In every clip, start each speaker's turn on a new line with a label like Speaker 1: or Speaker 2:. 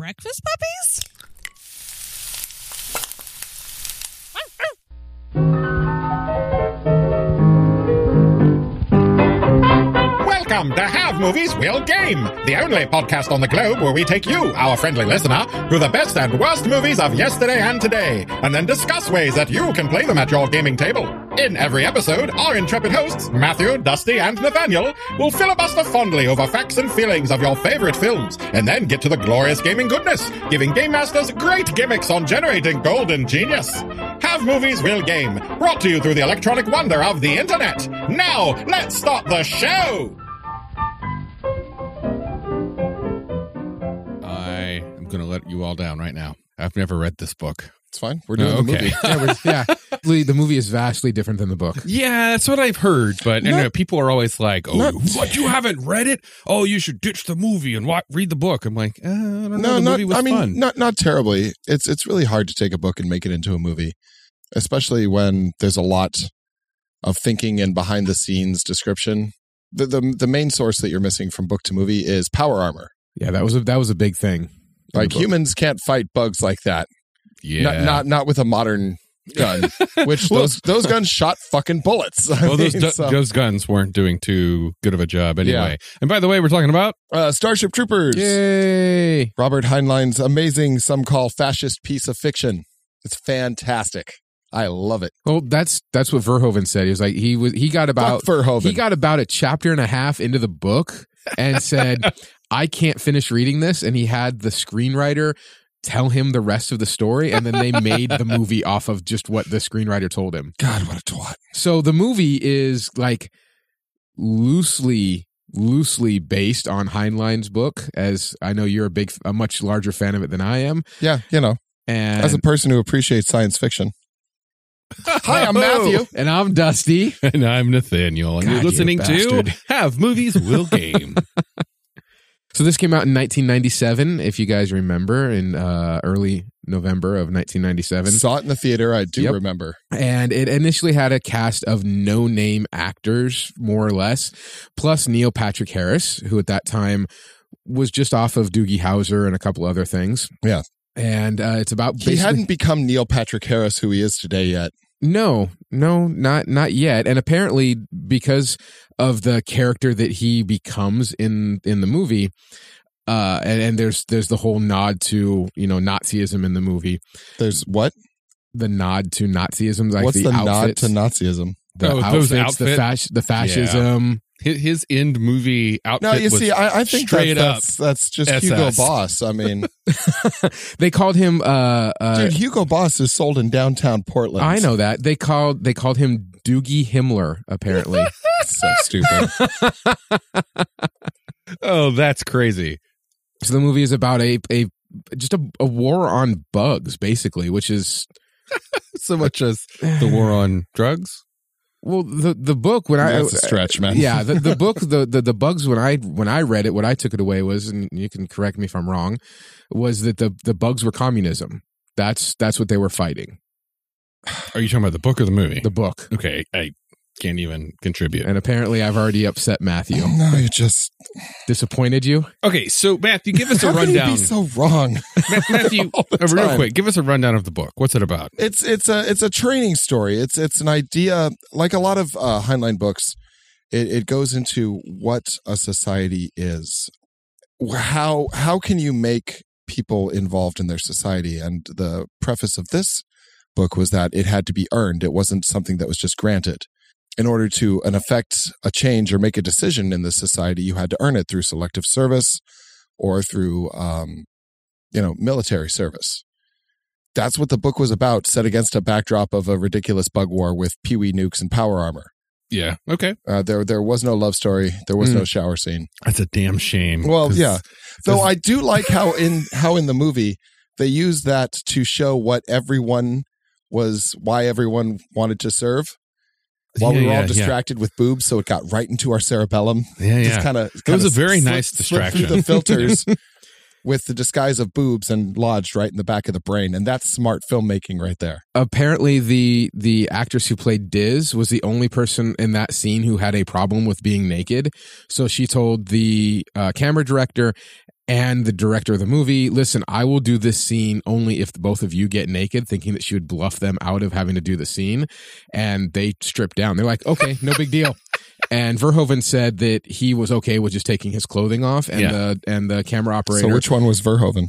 Speaker 1: breakfast puppies?
Speaker 2: Welcome to Have Movies Will Game, the only podcast on the globe where we take you, our friendly listener, through the best and worst movies of yesterday and today, and then discuss ways that you can play them at your gaming table. In every episode, our intrepid hosts, Matthew, Dusty, and Nathaniel, will filibuster fondly over facts and feelings of your favorite films, and then get to the glorious gaming goodness, giving game masters great gimmicks on generating golden genius. Have Movies Will Game, brought to you through the electronic wonder of the internet. Now, let's start the show!
Speaker 3: I am going to let you all down right now. I've never read this book.
Speaker 4: It's fine. We're
Speaker 3: No,
Speaker 4: doing the
Speaker 3: okay.
Speaker 4: movie. Yeah, we're, yeah. The- the movie is vastly different than the book.
Speaker 3: Yeah, that's what I've heard, but you
Speaker 4: Not-
Speaker 3: know, people are always like, "Oh,
Speaker 4: not-
Speaker 3: what you haven't read it? Oh, you should ditch the movie and wa read the book." I'm like, uh, I don't know.
Speaker 4: No,
Speaker 3: the
Speaker 4: not.
Speaker 3: movie was
Speaker 4: I mean,
Speaker 3: fun.
Speaker 4: not not terribly. It's it's really hard to take a book and make it into a movie, especially when there's a lot of thinking and behind the scenes description. The, the the main source that you're missing from book to movie is power armor.
Speaker 5: Yeah, that was a that was a big thing.
Speaker 4: Like
Speaker 5: the book.
Speaker 4: humans can't fight bugs like that.
Speaker 3: yeah,
Speaker 4: Not not not with a modern gun. Which
Speaker 3: Well-
Speaker 4: those those guns shot fucking bullets. I
Speaker 3: well, those,
Speaker 4: mean,
Speaker 3: du-
Speaker 4: so-
Speaker 3: those guns weren't doing too good of a job anyway.
Speaker 4: Yeah.
Speaker 3: And by the way, we're talking about
Speaker 4: uh, Starship Troopers.
Speaker 5: Yay!
Speaker 4: Robert Heinlein's amazing, some call fascist piece of fiction. It's fantastic. I love it.
Speaker 5: Well, that's that's what Verhoeven said. He was like he was he got about
Speaker 4: Fuck Verhoeven.
Speaker 5: he got about a chapter and a half into the book and said, "I can't finish reading this," and he had the screenwriter tell him the rest of the story, and then they made the movie off of just what the screenwriter told him.
Speaker 4: God, what a twat.
Speaker 5: So the movie is like loosely loosely based on Heinlein's book as I know you're a big a much larger fan of it than I am
Speaker 4: Yeah, you know,
Speaker 5: and
Speaker 4: as a person who appreciates science fiction. Hi, I'm Matthew.
Speaker 5: and I'm Dusty.
Speaker 3: and I'm Nathaniel, and
Speaker 5: God,
Speaker 3: you're
Speaker 5: you
Speaker 3: listening to
Speaker 5: bastard.
Speaker 3: Have Movies Will Game.
Speaker 5: So this came out in 1997, if you guys remember, in uh, early November of 1997,
Speaker 4: Saw it in the theater. I do
Speaker 5: Yep.
Speaker 4: remember.
Speaker 5: and it initially had a cast of no-name actors, more or less, plus Neil Patrick Harris, who at that time was just off of Doogie Howser and a couple other things.
Speaker 4: Yeah.
Speaker 5: and uh, it's about basically,
Speaker 4: he hadn't become Neil Patrick Harris, who he is today yet.
Speaker 5: No, no, not not yet. And apparently, because of the character that he becomes in in the movie, uh, and, and there's there's the whole nod to you know Nazism in the movie,
Speaker 4: There's what?
Speaker 5: the nod to Nazism, like
Speaker 4: What's the, nod
Speaker 5: outfits,
Speaker 4: to Nazism?
Speaker 5: the
Speaker 3: Oh,
Speaker 5: outfits,
Speaker 3: those
Speaker 5: the,
Speaker 3: outfit-
Speaker 5: fas- the fascism.
Speaker 3: His, his end movie outfit.
Speaker 4: No, you
Speaker 3: was
Speaker 4: see, I, I think
Speaker 3: straight
Speaker 4: that,
Speaker 3: up.
Speaker 4: that's, that's just
Speaker 3: SS.
Speaker 4: Hugo Boss. I mean,
Speaker 5: they called him. Uh, uh,
Speaker 4: dude, Hugo Boss is sold in downtown Portland.
Speaker 5: I know that they called they called him Doogie Himmler. Apparently,
Speaker 4: so stupid.
Speaker 3: oh, that's crazy.
Speaker 5: so the movie is about a a just a, a war on bugs, basically, which is
Speaker 3: So much as the war on drugs.
Speaker 5: Well, the the book when I
Speaker 4: That's a stretch, man.
Speaker 5: yeah the, the book the, the the bugs when I when I read it what I took it away was and you can correct me if I'm wrong was that the the bugs were communism. That's that's what they were fighting.
Speaker 3: Are you talking about the book or the movie?
Speaker 5: The book.
Speaker 3: okay, I can't even contribute.
Speaker 5: And apparently, I've already upset Matthew.
Speaker 4: No, you just
Speaker 5: Disappointed you?
Speaker 3: Okay, so Matthew, give us a
Speaker 4: how can you
Speaker 3: rundown.
Speaker 4: be so wrong?
Speaker 3: Ma- Matthew,
Speaker 4: all the
Speaker 3: uh, real
Speaker 4: time?
Speaker 3: quick, give us a rundown of the book. What's it about?
Speaker 4: It's it's a it's a training story. It's it's an idea like a lot of uh, Heinlein books. It, it goes into what a society is. How how can you make people involved in their society? And the preface of this book was that it had to be earned. It wasn't something that was just granted. In order to an effect a change or make a decision in this society, you had to earn it through selective service or through um, you know military service that's what the book was about, set against a backdrop of a ridiculous bug war with Pee Wee nukes and power armor.
Speaker 3: Yeah. Okay.
Speaker 4: Uh, there, there was no love story. There was
Speaker 5: Mm.
Speaker 4: no shower scene.
Speaker 3: That's a damn shame.
Speaker 4: Well,
Speaker 3: 'cause-
Speaker 4: yeah. Though
Speaker 3: Does-
Speaker 4: I do like how in how in the movie they use that to show what everyone was, why everyone wanted to serve. While we
Speaker 3: Yeah,
Speaker 4: were
Speaker 3: yeah,
Speaker 4: all
Speaker 3: yeah.
Speaker 4: distracted with boobs, so it got right into our cerebellum.
Speaker 3: Yeah, yeah.
Speaker 4: Just kind of.
Speaker 3: It was a very nice
Speaker 4: Through the
Speaker 3: distraction.
Speaker 4: filters. With the disguise of boobs and lodged right in the back of the brain. And that's smart filmmaking right there.
Speaker 5: Apparently, the the actress who played Diz was the only person in that scene who had a problem with being naked. So she told the uh, camera director and the director of the movie, listen, I will do this scene only if both of you get naked, thinking that she would bluff them out of having to do the scene. And they stripped down. They're like, okay, no big deal. And Verhoeven said that he was okay with just taking his clothing off, and
Speaker 3: Yeah.
Speaker 5: the and the camera operator,
Speaker 4: So which one was Verhoeven?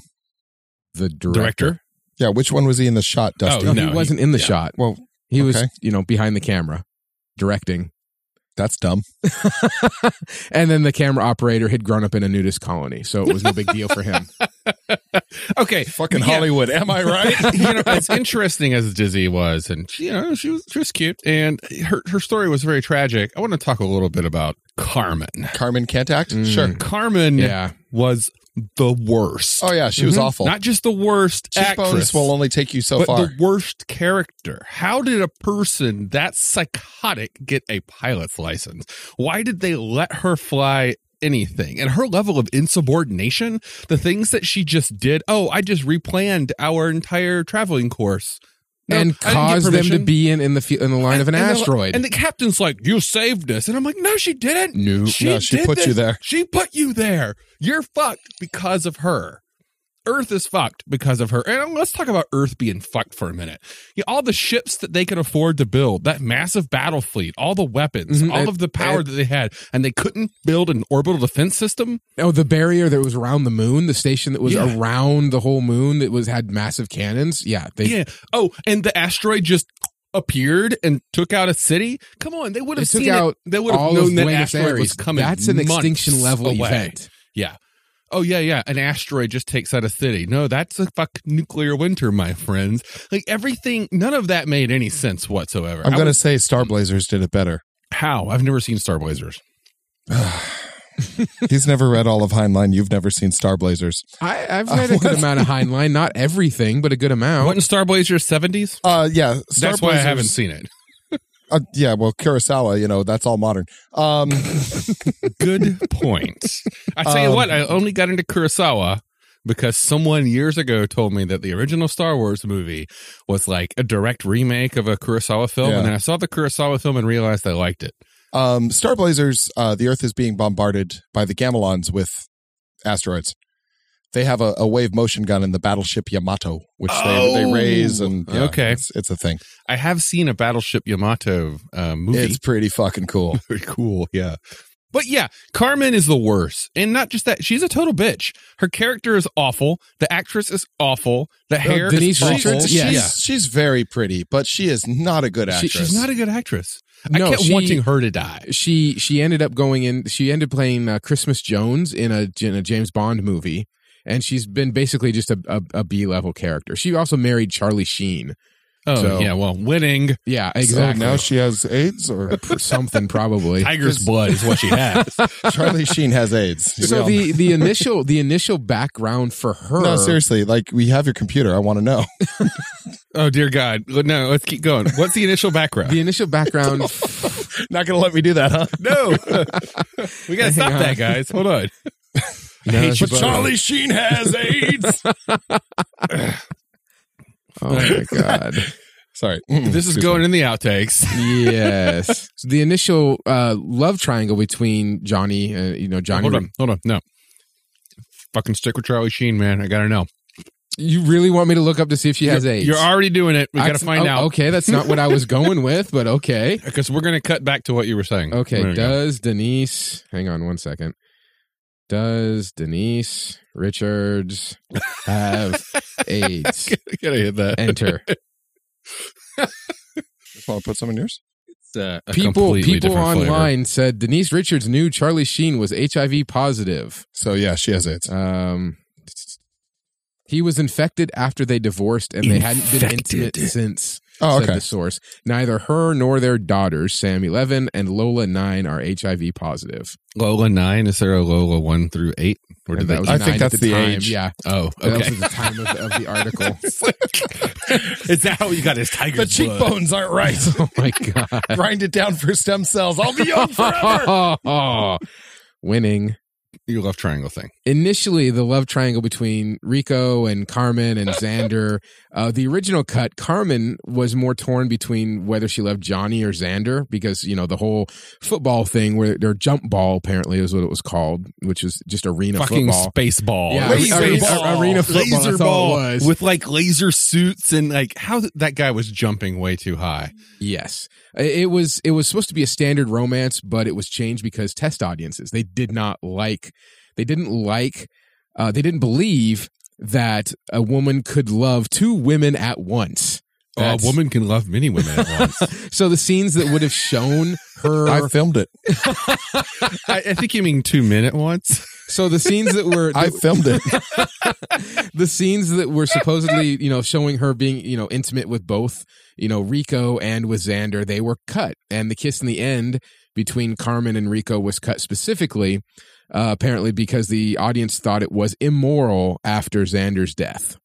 Speaker 5: the director,
Speaker 3: Director?
Speaker 4: Yeah, which one was he in the shot, Dusty?
Speaker 5: no,
Speaker 3: Oh, No,
Speaker 5: he
Speaker 3: he-
Speaker 5: wasn't in the
Speaker 3: yeah.
Speaker 5: shot.
Speaker 4: Well,
Speaker 5: He was,
Speaker 4: Okay.
Speaker 5: you know, behind the camera directing.
Speaker 4: that's dumb.
Speaker 5: and then the camera operator had grown up in a nudist colony, so it was no big deal for him.
Speaker 3: Okay.
Speaker 4: Fucking
Speaker 3: Yeah.
Speaker 4: Hollywood, am I right?
Speaker 3: you know, as interesting as Dizzy was, and she, you know, she was she was cute, and her her story was very tragic. I want to talk a little bit about Carmen.
Speaker 4: Carmen can't act?
Speaker 5: Mm.
Speaker 4: Sure.
Speaker 3: Carmen
Speaker 5: Yeah.
Speaker 3: was the worst.
Speaker 4: Oh yeah, she was
Speaker 5: Mhm.
Speaker 4: awful.
Speaker 3: Mm-hmm. Not just the worst
Speaker 4: Cheekbones
Speaker 3: actress,
Speaker 4: will only take you so
Speaker 3: but
Speaker 4: far.
Speaker 3: the worst character. How did a person that psychotic get a pilot's license? Why did they let her fly? Anything and her level of insubordination, the things that she just did. Oh, I just replanned our entire traveling course No, I
Speaker 5: and
Speaker 3: didn't get
Speaker 5: caused them to
Speaker 3: permission.
Speaker 5: be in in the fe- in the line of an
Speaker 3: And they're like-
Speaker 5: asteroid.
Speaker 3: and the captain's like, "You saved us," and I'm like, "No, she didn't.
Speaker 5: no,
Speaker 3: She,
Speaker 4: no, she
Speaker 3: did
Speaker 4: put
Speaker 3: this.
Speaker 4: you there."
Speaker 3: She put you there. You're fucked because of her. Earth is fucked because of her. And let's talk about Earth being fucked for a minute. You know, all the ships that they could afford to build, that massive battle fleet, all the weapons,
Speaker 5: Mhm,
Speaker 3: all
Speaker 5: and-
Speaker 3: of the power
Speaker 5: and-
Speaker 3: that they had, and they couldn't build an orbital defense system.
Speaker 5: oh, the barrier that was around the moon, the station that was
Speaker 3: Yeah.
Speaker 5: around the whole moon that was had massive cannons. Yeah, they
Speaker 3: yeah. Oh, and the asteroid just appeared and took out a city. Come on, they would
Speaker 5: they
Speaker 3: have
Speaker 5: took
Speaker 3: seen
Speaker 5: out
Speaker 3: It. They would have
Speaker 5: all of
Speaker 3: known that
Speaker 5: Buenos
Speaker 3: asteroid
Speaker 5: Aires.
Speaker 3: was coming.
Speaker 5: That's an
Speaker 3: months
Speaker 5: extinction level
Speaker 3: away.
Speaker 5: event.
Speaker 3: Yeah. Oh yeah, yeah. An asteroid just takes out a city. No, that's a fuck nuclear winter, my friends. Like everything, none of that made any sense whatsoever.
Speaker 4: I'm
Speaker 3: I
Speaker 4: going to
Speaker 3: was-
Speaker 4: say Star Blazers did it better.
Speaker 3: how I've never seen Star Blazers.
Speaker 4: He's never read all of Heinlein. You've never seen Star Blazers.
Speaker 5: I, I've read a good amount of Heinlein, not everything, but a good amount.
Speaker 3: Wasn't Star Blazers seventies?
Speaker 4: Uh, yeah, Star
Speaker 3: That's why I
Speaker 4: Blazers-
Speaker 3: haven't seen it.
Speaker 4: Uh, yeah, well, Kurosawa, you know, that's all modern. Um,
Speaker 3: Good point. I tell
Speaker 4: Um,
Speaker 3: you what, I only got into Kurosawa because someone years ago told me that the original Star Wars movie was like a direct remake of a Kurosawa film,
Speaker 4: Yeah.
Speaker 3: and then I saw the Kurosawa film and realized I liked it.
Speaker 4: um, Star Blazers. Uh, the Earth is being bombarded by the Gamelons with asteroids. They have a, a wave motion gun in the battleship Yamato, which they, they raise and yeah,
Speaker 3: Okay.
Speaker 4: it's, it's a thing.
Speaker 3: I have seen a Battleship Yamato uh, movie.
Speaker 4: It's pretty fucking cool.
Speaker 3: very cool. Yeah. But yeah, Carmen is the worst. And not just that, she's a total bitch. Her character is awful. The actress is awful. The hair
Speaker 5: Denise
Speaker 3: is awful.
Speaker 5: Richards,
Speaker 4: she's,
Speaker 5: yeah.
Speaker 4: she's, she's very pretty, but she is not a good
Speaker 5: She-
Speaker 4: actress.
Speaker 3: She's not a good actress.
Speaker 5: No,
Speaker 3: I kept
Speaker 5: she-
Speaker 3: wanting her to die.
Speaker 5: she she ended up going in she ended playing uh, christmas jones in a, in a james bond movie and she's been basically just a, a, a b-level character she also married charlie sheen
Speaker 3: Oh,
Speaker 5: So-
Speaker 3: yeah. Well, winning
Speaker 5: yeah exactly
Speaker 4: she has AIDS or
Speaker 5: something probably
Speaker 3: Tiger's blood is what she has.
Speaker 4: Charlie Sheen has AIDS. We
Speaker 5: so
Speaker 4: all
Speaker 5: the the initial the initial background for her
Speaker 4: No, seriously. Like we have your computer. I want to know.
Speaker 3: oh, dear God. No, let's keep going. What's the initial
Speaker 5: the
Speaker 3: background?
Speaker 5: initial background
Speaker 3: Oh
Speaker 4: Not gonna let me do that, huh?
Speaker 3: no. we got to stop
Speaker 5: Hang on.
Speaker 3: that, guys. Hold on.
Speaker 5: No,
Speaker 3: hate you
Speaker 5: she-
Speaker 3: both. Charlie
Speaker 4: Sheen has AIDS.
Speaker 5: oh my god
Speaker 4: Sorry, Mm,
Speaker 3: This is
Speaker 4: excuse
Speaker 3: going
Speaker 4: me.
Speaker 3: in the outtakes.
Speaker 5: yes So the initial uh love triangle between johnny uh, you know johnny
Speaker 3: Hold on. Hold on. No. Fucking stick with Charlie Sheen, man. I got to know.
Speaker 5: you really want me to look up to see if she has
Speaker 3: you're,
Speaker 5: aids
Speaker 3: You're already doing it. We got to
Speaker 5: That's-
Speaker 3: find
Speaker 5: oh,
Speaker 3: out
Speaker 5: Okay, that's not what I was going with, but okay.
Speaker 3: because we're going to cut back to what you were saying. There
Speaker 5: Okay,
Speaker 3: we go.
Speaker 5: does Denise, hang on one second. Does Denise Richards have AIDS?
Speaker 3: gotta hit that.
Speaker 5: Enter.
Speaker 4: Want to put some in yours?
Speaker 3: It's, uh, a
Speaker 5: People
Speaker 3: completely
Speaker 5: people
Speaker 3: different flavor.
Speaker 5: online said Denise Richards knew Charlie Sheen was HIV positive.
Speaker 4: So yeah, she has AIDS.
Speaker 5: Um he was infected after they divorced and they hadn't been intimate since.
Speaker 4: Oh,
Speaker 5: said
Speaker 4: okay.
Speaker 5: the source. Neither her nor their daughters, Sam 11 and Lola 9, are HIV positive.
Speaker 3: Lola nine. Is there a Lola one through eight? Or did
Speaker 5: And
Speaker 3: that?
Speaker 5: was
Speaker 4: I
Speaker 5: nine
Speaker 4: think
Speaker 5: at
Speaker 4: that's the
Speaker 5: time.
Speaker 4: age.
Speaker 5: Yeah.
Speaker 3: oh,
Speaker 5: That
Speaker 3: okay.
Speaker 5: was at the time of, of the article.
Speaker 3: is that how Oh, you got his tiger?
Speaker 4: The cheekbones aren't right.
Speaker 5: oh my God.
Speaker 4: Grind it down for stem cells. I'll be young forever.
Speaker 5: Oh, winning.
Speaker 3: your love triangle thing.
Speaker 5: initially the love triangle between Rico and Carmen and Xander. uh, the original cut, Carmen was more torn between whether she loved Johnny or Xander because you know the whole football thing where their jump ball apparently is what it was called, which is just arena
Speaker 3: Fucking
Speaker 5: football.
Speaker 3: space ball.
Speaker 5: Yeah,
Speaker 3: Laser
Speaker 5: arena- arena football,
Speaker 3: Laser
Speaker 5: that's all
Speaker 3: ball
Speaker 5: it was.
Speaker 3: with like laser suits and like how th- that guy was jumping way too high.
Speaker 5: Yes, it was. It was supposed to be a standard romance, but it was changed because test audiences they did not like. They didn't like. Uh, they didn't believe that a woman could love two women at once.
Speaker 3: Oh,
Speaker 5: That's-
Speaker 3: a woman can love many women at once.
Speaker 5: So the scenes that would have shown her,
Speaker 4: I filmed it.
Speaker 3: I, I think you mean two men at once.
Speaker 5: so the scenes that were
Speaker 4: I filmed it.
Speaker 5: the scenes that were supposedly you know showing her being you know intimate with both you know Rico and with Xander, they were cut, and the kiss in the end between Carmen and Rico was cut specifically, uh, apparently because the audience thought it was immoral after Xander's death.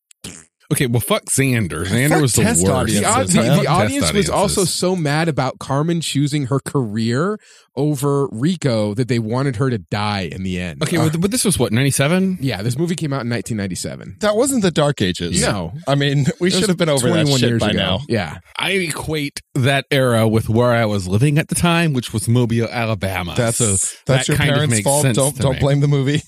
Speaker 3: Okay, well, fuck Xander. Xander
Speaker 4: Fuck
Speaker 3: was the
Speaker 4: test
Speaker 3: worst.
Speaker 5: The,
Speaker 4: audiences,
Speaker 5: au-
Speaker 4: Yes,
Speaker 5: the-
Speaker 4: man.
Speaker 5: the
Speaker 3: Fuck
Speaker 5: audience
Speaker 3: test
Speaker 5: was also
Speaker 3: audiences.
Speaker 5: so mad about Carmen choosing her career over Rico that they wanted her to die in the end. Uh,
Speaker 3: Okay, well, th- but this was what, 97?
Speaker 5: Yeah, this movie came out in 1997.
Speaker 4: That wasn't the Dark Ages.
Speaker 5: No.
Speaker 4: I mean, we
Speaker 5: It was
Speaker 4: should have been over that
Speaker 5: 21
Speaker 4: shit by now.
Speaker 5: Yeah.
Speaker 3: I equate that era with where I was living at the time, which was Mobile, Alabama.
Speaker 4: That's
Speaker 3: so
Speaker 4: that's
Speaker 3: that
Speaker 4: your
Speaker 3: kind of
Speaker 4: parents'
Speaker 3: makes
Speaker 4: fault.
Speaker 3: sense
Speaker 4: Don't
Speaker 3: to
Speaker 4: don't
Speaker 3: me.
Speaker 4: blame the movie.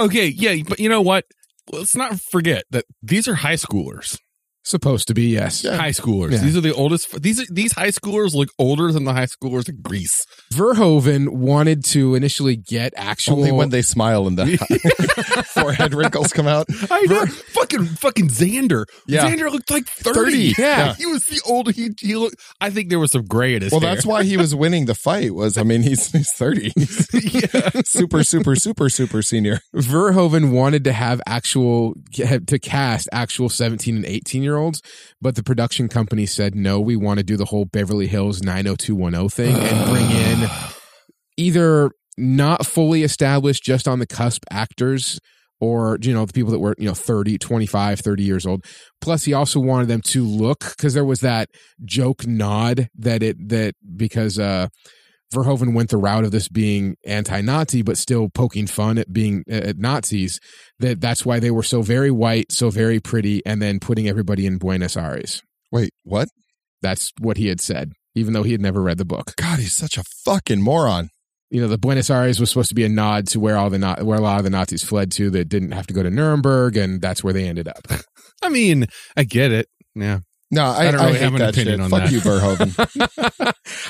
Speaker 3: Okay, yeah, but you know what? Let's not forget that these are high schoolers.
Speaker 5: Supposed to be, yes.
Speaker 4: Yeah.
Speaker 3: High schoolers.
Speaker 5: Yeah.
Speaker 3: These are the oldest. These are, these high schoolers look older than the high schoolers in Greece.
Speaker 5: Verhoeven wanted to initially get actual.
Speaker 4: Only when they smile and the forehead wrinkles come out.
Speaker 3: I know. fucking fucking Xander.
Speaker 4: Yeah.
Speaker 3: Xander looked like 30.
Speaker 4: 30, yeah.
Speaker 3: He was the older he, he looked I think there was some gray in his
Speaker 4: Well,
Speaker 3: hair.
Speaker 4: that's why he was winning the fight. Was I mean, he's he's thirty, super super super super senior.
Speaker 5: Verhoeven wanted to have actual to cast actual 17 and 18 year olds, but the production company said no. We want to do the whole Beverly Hills 90210 thing and bring in either not fully established, just on the cusp actors. Or, you know, the people that were, you know, 30, 25, 30 years old. Plus, he also wanted them to look because there was that joke nod that it, that because, uh, Verhoeven went the route of this being anti-Nazi, but still poking fun at being at Nazis. That that's why they were so very white, so very pretty, and then putting everybody in Buenos Aires.
Speaker 4: Wait, what?
Speaker 5: That's what he had said, even though he had never read the book.
Speaker 4: God, he's such a fucking moron.
Speaker 5: You know, the Buenos Aires was supposed to be a nod to where all the Na- where a lot of the Nazis fled to that didn't have to go to Nuremberg, and that's where they ended up.
Speaker 3: I mean, I get it. Yeah.
Speaker 4: No, I,
Speaker 3: I don't
Speaker 4: I
Speaker 3: really
Speaker 4: hate
Speaker 3: have an
Speaker 4: that
Speaker 3: opinion
Speaker 4: shit.
Speaker 3: on
Speaker 4: Fuck
Speaker 3: that.
Speaker 4: you, Verhoeven.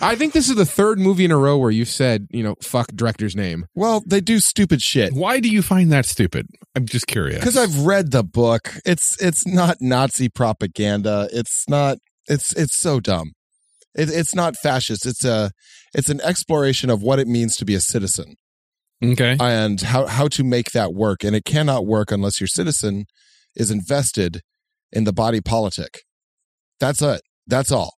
Speaker 5: I think this is the third movie in a row where you've said, you know, fuck director's name.
Speaker 4: well, they do stupid shit.
Speaker 3: Why do you find that stupid? I'm just curious.
Speaker 4: Because I've read the book. It's it's not Nazi propaganda. It's not. It's it's so dumb. It, it's not fascist. It's a it's an exploration of what it means to be a citizen.
Speaker 3: Okay.
Speaker 4: and how how to make that work and it cannot work unless your citizen is invested in the body politic that's it that's all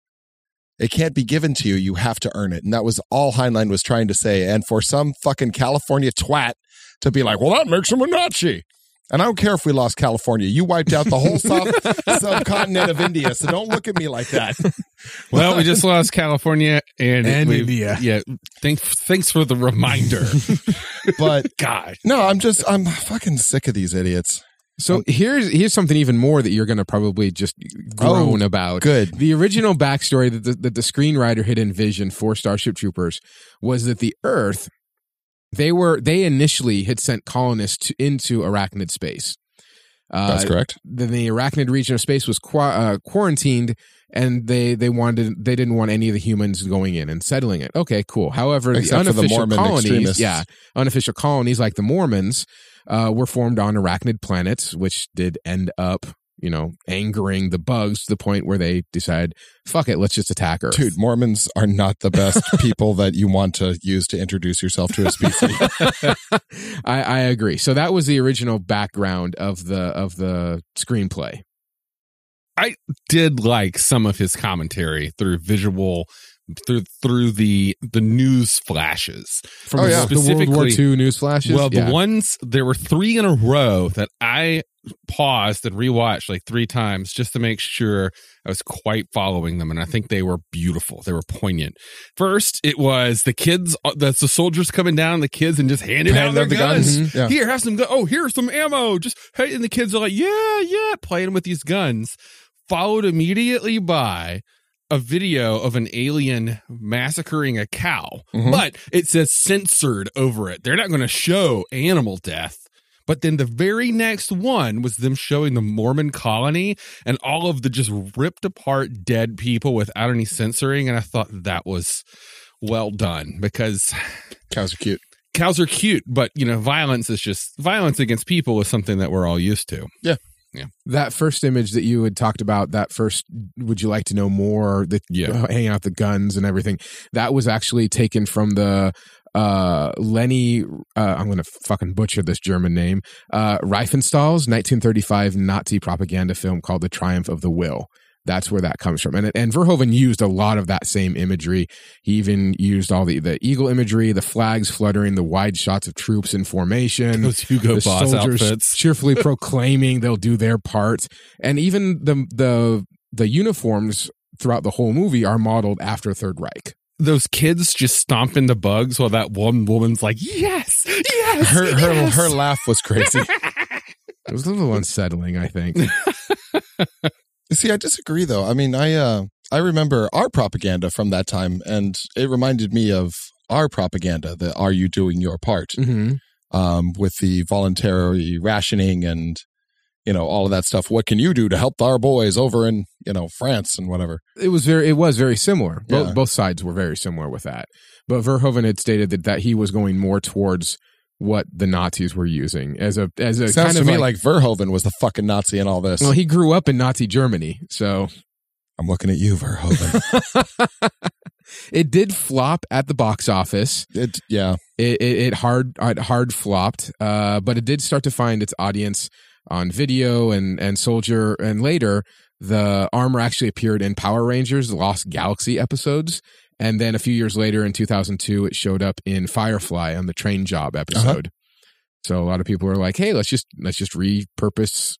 Speaker 4: it can't be given to you you have to earn it and that was all heinlein was trying to say and for some fucking california twat to be like well that makes him a nazi and I don't care if we lost California. You wiped out the whole sub- subcontinent of India. So don't look at me like that.
Speaker 3: Well, we just lost California and,
Speaker 5: And
Speaker 3: we-
Speaker 5: India.
Speaker 3: Yeah. Thanks thanks for the reminder.
Speaker 4: But
Speaker 3: God.
Speaker 4: no, I'm just, I'm fucking sick of these idiots.
Speaker 5: So here's here's something even more that you're going to probably just groan about.
Speaker 4: Good.
Speaker 5: The original backstory that the, that the screenwriter had envisioned for Starship Troopers was that the Earth, they were they initially had sent colonists to, into arachnid space. Uh,
Speaker 4: That's correct.
Speaker 5: Then the arachnid region of space was qua- uh, quarantined, and they they wanted they didn't want any of the humans going in and settling it. Okay, cool. However,
Speaker 4: Except
Speaker 5: the
Speaker 4: for the
Speaker 5: unofficial
Speaker 4: Mormon
Speaker 5: colonies,
Speaker 4: extremists.
Speaker 5: yeah, unofficial colonies like the Mormons uh, were formed on arachnid planets, which did end up, you know, angering the bugs to the point where they decide, fuck it, let's just attack Earth.
Speaker 4: Dude, Mormons are not the best people that you want to use to introduce yourself to a species.
Speaker 5: I, I agree. So that was the original background of the of the screenplay.
Speaker 3: did like some of his commentary through visual through through the the news flashes.
Speaker 5: From
Speaker 4: Oh, yeah.
Speaker 5: the World War
Speaker 3: Specifically-
Speaker 5: II news flashes.
Speaker 3: well, the
Speaker 5: Yeah.
Speaker 3: ones there were three in a row that I paused and rewatched like three times just to make sure I was quite following them. And I think they were beautiful. They were poignant. First, it was the kids, that's the soldiers coming down, the kids, and just handing out
Speaker 4: Hand
Speaker 3: their
Speaker 4: them the
Speaker 3: guns.
Speaker 4: guns. Mhm. Yeah.
Speaker 3: Here, have some gun. Oh, here's some ammo. Just, hey, and the kids are like, yeah, yeah, playing with these guns. Followed immediately by a video of an alien massacring a cow,
Speaker 4: Mhm.
Speaker 3: but it says censored over it. They're not going to show animal death. But then the very next one was them showing the Mormon colony and all of the just ripped apart dead people without any censoring. And I thought that was well done because
Speaker 4: Cows are cute.
Speaker 3: cows are cute, but you know, violence is just violence against people is something that we're all used to.
Speaker 5: that first image that you had talked about that first would you like to know more that
Speaker 3: Yeah.
Speaker 5: uh, hanging out the guns and everything that was actually taken from the uh lenny uh, i'm gonna fucking butcher this german name uh reifenstahl's 1935 nazi propaganda film called the triumph of the will that's where that comes from and and verhoeven used a lot of that same imagery he even used all the the eagle imagery the flags fluttering the wide shots of troops in formation
Speaker 3: Those Hugo
Speaker 5: the
Speaker 3: Boss
Speaker 5: soldiers
Speaker 3: outfits.
Speaker 5: cheerfully proclaiming they'll do their part, and even the the the uniforms throughout the whole movie are modeled after Third Reich.
Speaker 3: Those kids just stomping the bugs while that one woman's like, yes, yes,
Speaker 4: Her her
Speaker 3: yes."
Speaker 4: her laugh was crazy.
Speaker 5: It was a little unsettling, I think.
Speaker 4: See, I disagree though. I mean, I uh I remember our propaganda from that time and it reminded me of our propaganda, the are you doing your part?
Speaker 5: mm-hmm.
Speaker 4: Um with the voluntary rationing and you know, all of that stuff. What can you do to help our boys over in, you know, France and whatever?
Speaker 5: It was very it was very similar. Both
Speaker 4: Yeah.
Speaker 5: both sides were very similar with that. But Verhoeven had stated that that he was going more towards what the Nazis were using as a as a
Speaker 4: It
Speaker 5: kind
Speaker 4: sounds to
Speaker 5: of
Speaker 4: me like, Verhoeven was the fucking Nazi in all this.
Speaker 5: well, he grew up in Nazi Germany, so
Speaker 4: I'm looking at you, Verhoeven.
Speaker 5: it did flop at the box office.
Speaker 4: it, yeah.
Speaker 5: it, it, it hard it hard flopped, uh, but it did start to find its audience on video and and Soldier and later the armor actually appeared in Power Rangers Lost Galaxy episodes. And then a few years later in 2002, it showed up in Firefly on the train job
Speaker 3: Uh-huh.
Speaker 5: episode. So a lot of people were like, "Hey, let's just let's just repurpose."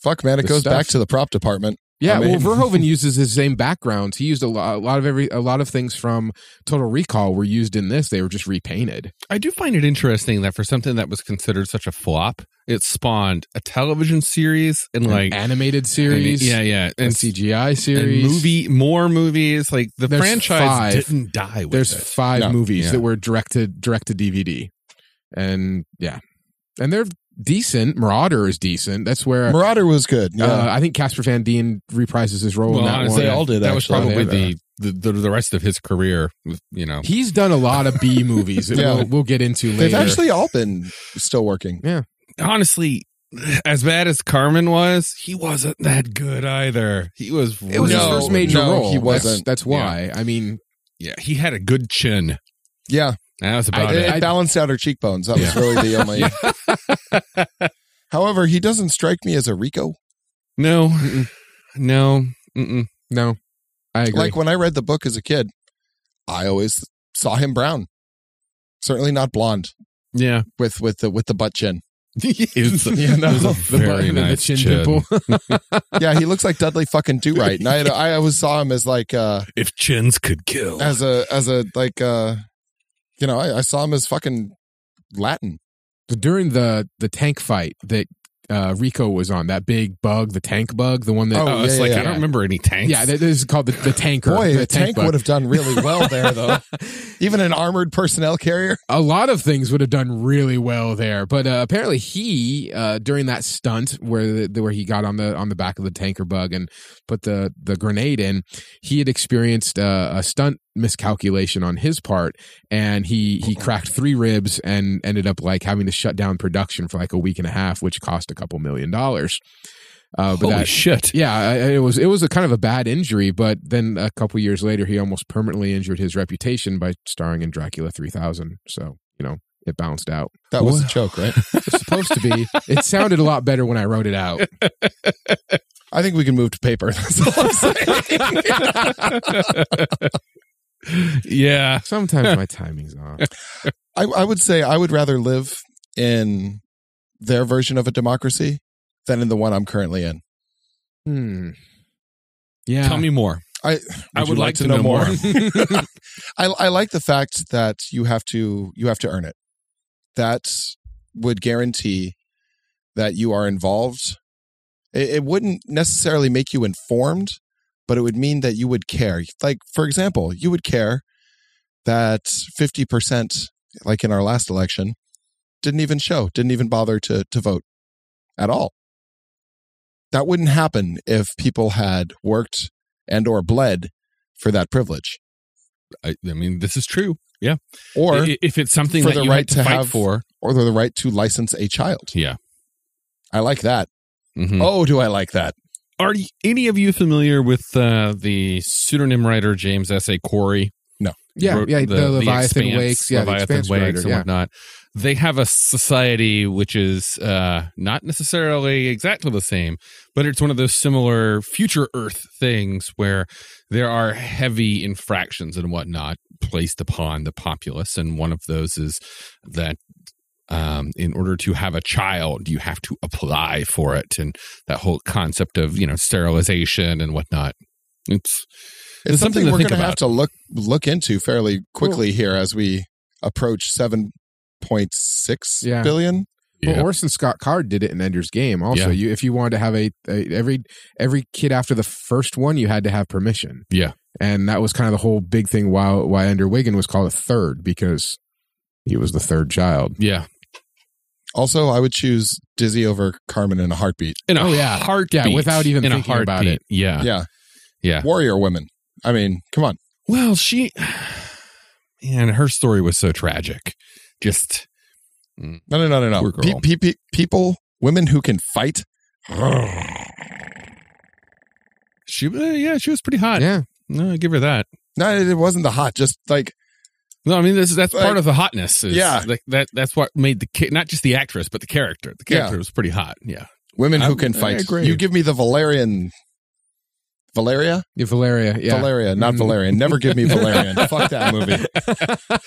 Speaker 4: Fuck man, it
Speaker 5: The
Speaker 4: goes
Speaker 5: stuff.
Speaker 4: back to the prop department.
Speaker 5: Yeah,
Speaker 4: I mean-
Speaker 5: well, Verhoeven uses his same backgrounds. He used a lot, a lot of every a lot of things from Total Recall were used in this. They were just repainted.
Speaker 3: I do find it interesting that for something that was considered such a flop, it spawned a television series and like
Speaker 5: An
Speaker 3: I mean,
Speaker 5: animated series.
Speaker 3: yeah, yeah,
Speaker 5: and
Speaker 3: and
Speaker 5: CGI
Speaker 3: and
Speaker 5: series.
Speaker 3: movie, more movies. Like the
Speaker 5: There's
Speaker 3: franchise
Speaker 5: five.
Speaker 3: didn't die with
Speaker 5: There's
Speaker 3: it.
Speaker 5: five
Speaker 4: No,
Speaker 5: movies
Speaker 3: yeah.
Speaker 5: that were directed direct to DVD, and yeah, and they're decent. Marauder is decent. That's where
Speaker 4: Marauder was good. Yeah.
Speaker 5: uh, I think Casper Van Dien reprises his role
Speaker 3: Well,
Speaker 5: in that
Speaker 3: honestly,
Speaker 5: one.
Speaker 4: all did,
Speaker 3: That was
Speaker 4: actually.
Speaker 3: probably the, the, the the rest of his career. with, You know,
Speaker 5: He's done a lot of B movies that
Speaker 4: Yeah.
Speaker 5: we'll, we'll get into later.
Speaker 4: They've actually all been still working.
Speaker 3: honestly, as bad as Carmen was, he wasn't that good either. He was.
Speaker 5: it was his
Speaker 4: No,
Speaker 5: first major
Speaker 4: no,
Speaker 5: role.
Speaker 4: he
Speaker 5: That's-
Speaker 4: wasn't.
Speaker 5: That's, why. I mean,
Speaker 3: Yeah, he had a good chin.
Speaker 4: Yeah.
Speaker 3: That was about
Speaker 5: I-
Speaker 3: it.
Speaker 4: It, it balanced out her cheekbones. That was really the only. However, he doesn't strike me as a Rico.
Speaker 3: no, no. Mm-mm.
Speaker 5: no, I agree.
Speaker 4: Like when I read the book as a kid, I always saw him brown. Certainly not blonde
Speaker 3: Yeah,
Speaker 4: with with the with the butt chin.
Speaker 3: it was a,
Speaker 4: You know?
Speaker 3: it was a
Speaker 5: the
Speaker 3: very
Speaker 5: button and
Speaker 3: nice
Speaker 5: the chin,
Speaker 3: chin.
Speaker 5: dimple.
Speaker 4: Yeah, he looks like Dudley fucking Do Right, and I had, I always saw him as like uh
Speaker 3: If chins could kill,
Speaker 5: Uh,
Speaker 4: as a as a like uh you know I, I saw him as fucking Latin.
Speaker 5: during the the tank fight that uh, Rico was on, that big bug, the tank bug, the one that
Speaker 4: Oh,
Speaker 3: oh, it's
Speaker 4: yeah,
Speaker 3: like
Speaker 4: yeah,
Speaker 3: I don't
Speaker 5: yeah.
Speaker 3: remember any tanks.
Speaker 5: yeah, that is called the, the tanker.
Speaker 4: Boy,
Speaker 5: the
Speaker 4: the tank
Speaker 5: bug.
Speaker 4: would have done really well there though. Even an armored personnel carrier.
Speaker 5: a lot of things would have done really well there, but uh, apparently he uh, during that stunt where the, where he got on the on the back of the tanker bug and put the the grenade in, he had experienced uh, a stunt miscalculation on his part, and he he cracked three ribs and ended up like having to shut down production for like a week and a half, which cost a couple million dollars. Uh, but
Speaker 3: Holy
Speaker 5: that,
Speaker 3: shit!
Speaker 5: yeah, I- I- it was it was a kind of a bad injury, but then a couple years later, he almost permanently injured his reputation by starring in Dracula 3000. So you know, it bounced out.
Speaker 4: That was a
Speaker 3: Wow.
Speaker 4: joke, right?
Speaker 5: It's supposed to be. It sounded a lot better when I wrote it out.
Speaker 4: I think we can move to paper. That's all I'm saying.
Speaker 3: Yeah,
Speaker 5: Sometimes my timing's off.
Speaker 4: I, I would say I would rather live in their version of a democracy than in the one I'm currently in.
Speaker 5: Hmm. Yeah.
Speaker 3: Tell me more.
Speaker 4: I
Speaker 3: I
Speaker 4: you
Speaker 3: would like, to, know, more.
Speaker 4: I, I like the fact that you have to you have to earn it. That would guarantee that you are involved. It, it wouldn't necessarily make you informed, but it would mean that you would care. Like for example, you would care that fifty percent, like in our last election, didn't even show, didn't even bother to to vote at all. That wouldn't happen if people had worked and or bled for that privilege
Speaker 3: I, I mean, this is true. Yeah.
Speaker 4: or
Speaker 3: I- if it's something
Speaker 4: for
Speaker 3: that
Speaker 4: the
Speaker 3: you
Speaker 4: right
Speaker 3: had to,
Speaker 4: to
Speaker 3: fight
Speaker 4: have-
Speaker 3: for.
Speaker 4: or the right to license a child
Speaker 3: Yeah.
Speaker 4: i like that
Speaker 3: Mhm.
Speaker 4: oh do i like that
Speaker 3: Are y- any of you familiar with uh, the pseudonym writer James S. A. Corey?
Speaker 5: yeah.
Speaker 3: wrote
Speaker 5: Yeah. The, Leviathan
Speaker 3: Expanse,
Speaker 5: Wakes. Yeah.
Speaker 3: Leviathan
Speaker 5: the Expanse
Speaker 3: Wakes
Speaker 5: writer,
Speaker 3: and
Speaker 5: yeah.
Speaker 3: whatnot. They have a society which is uh, not necessarily exactly the same, but it's one of those similar future Earth things where there are heavy infractions and whatnot placed upon the populace, and one of those is that. Um, in order to have a child, you have to apply for it, and that whole concept of you know sterilization and whatnot. It's
Speaker 4: it's,
Speaker 3: It's something
Speaker 4: something,
Speaker 3: to
Speaker 4: we're
Speaker 3: think
Speaker 4: going to have
Speaker 3: about.
Speaker 4: to look look into fairly quickly here as we approach seven point six billion.
Speaker 5: Yeah. Well, Orson Scott Card did it in Ender's Game. Also,
Speaker 3: Yeah.
Speaker 5: you if you wanted to have a, a every every kid after the first one, you had to have permission.
Speaker 3: Yeah.
Speaker 5: and that was kind of the whole big thing. Why why Ender Wiggin was called a third because he was the third child.
Speaker 3: yeah,
Speaker 4: Also, I would choose Dizzy over Carmen in a heartbeat.
Speaker 3: in a
Speaker 5: Oh, yeah.
Speaker 3: heartbeat.
Speaker 5: Yeah, without even
Speaker 3: in
Speaker 5: thinking
Speaker 3: a
Speaker 5: about
Speaker 3: heartbeat.
Speaker 5: it.
Speaker 3: Yeah,
Speaker 4: yeah,
Speaker 3: Ah. yeah.
Speaker 4: warrior women. I mean, come on.
Speaker 3: Well, she and her story was so tragic. Just
Speaker 4: No, no, no, no, no.
Speaker 3: Poor
Speaker 4: Pe-
Speaker 3: girl.
Speaker 4: pe- pe- people, women who can fight.
Speaker 3: she, uh, yeah, she was pretty hot.
Speaker 5: yeah,
Speaker 3: No, I give her that.
Speaker 4: No, it wasn't the hot. Just like
Speaker 3: No, I mean this is that's
Speaker 4: Like-
Speaker 3: part of the hotness. Is
Speaker 4: Yeah.
Speaker 3: like that. That's what made the ki- not just the actress, but the character. The
Speaker 4: Yeah.
Speaker 3: character was pretty hot. Yeah,
Speaker 4: women who
Speaker 5: I-
Speaker 4: can
Speaker 5: I
Speaker 4: fight.
Speaker 5: agree.
Speaker 4: You give me the Valerian. Valeria?
Speaker 5: yeah Valeria. Yeah,
Speaker 4: Valeria, not
Speaker 5: Mm.
Speaker 4: Valerian. Never give me Valerian. Fuck that movie.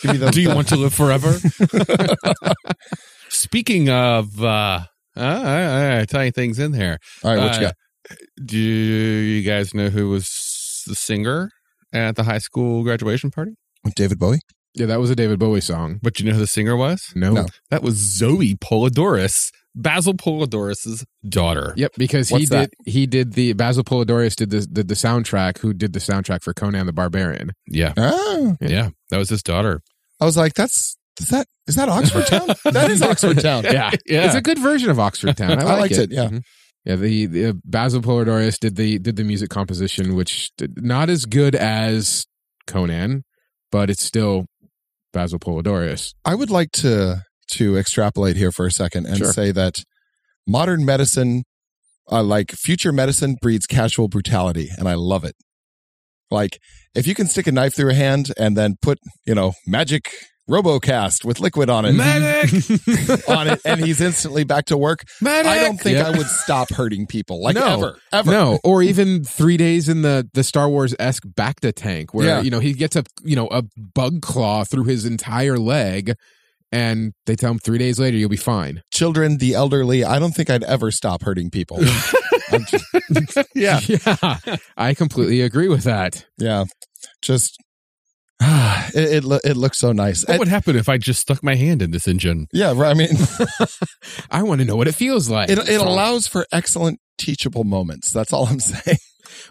Speaker 4: Give me the,
Speaker 3: Do you
Speaker 4: the-
Speaker 3: want to live forever? Speaking of, uh, I, I, I tie things in there.
Speaker 4: All right, what you
Speaker 3: Uh,
Speaker 4: got?
Speaker 3: Do you guys know who was the singer at the high school graduation party?
Speaker 4: David Bowie?
Speaker 5: yeah. That was a David Bowie song.
Speaker 3: But you know who the singer was?
Speaker 5: No.
Speaker 4: No.
Speaker 3: That was Zoe Polidorus, Basil Polidorus's daughter.
Speaker 5: Yep, because he
Speaker 4: What's that?
Speaker 5: did he did the Basil Polidorius did the did the soundtrack. Who did the soundtrack for Conan the Barbarian?
Speaker 3: Yeah.
Speaker 4: Oh.
Speaker 3: Yeah. That was his daughter.
Speaker 4: I was like, that's is that is that Oxford Town? that is Oxford Town.
Speaker 5: Yeah.
Speaker 3: Yeah.
Speaker 5: It's a good version of Oxford Town. I,
Speaker 4: I
Speaker 5: like
Speaker 4: liked it, yeah.
Speaker 5: Mhm. Yeah, the, the Basil Polidorius did the did the music composition, which did, not as good as Conan, but it's still Basil Polidorius.
Speaker 4: I would like to to extrapolate here for a second and
Speaker 5: Sure.
Speaker 4: say that modern medicine, uh, like future medicine, breeds casual brutality, and I love it. Like if you can stick a knife through a hand and then put you know magic RoboCast with liquid on it
Speaker 3: Medic!
Speaker 4: on it, and he's instantly back to work.
Speaker 3: Medic!
Speaker 4: I don't think
Speaker 5: Yeah.
Speaker 4: I would stop hurting people like
Speaker 5: No.
Speaker 4: ever, ever.
Speaker 5: No, or even three days in the the Star Wars esque Bacta tank, where
Speaker 4: Yeah.
Speaker 5: you know he gets a you know a bug claw through his entire leg, and they tell him three days later you'll be fine.
Speaker 4: Children, the elderly, I don't think I'd ever stop hurting people. I'm just-
Speaker 3: yeah.
Speaker 5: yeah, I completely agree with that.
Speaker 4: Yeah, just it it, lo- it looks so nice.
Speaker 3: What
Speaker 4: And-
Speaker 3: would happen if I just stuck my hand in this engine?
Speaker 4: yeah, right, I mean,
Speaker 5: I want to know what it feels like.
Speaker 4: it it allows for excellent teachable moments. That's all I'm saying.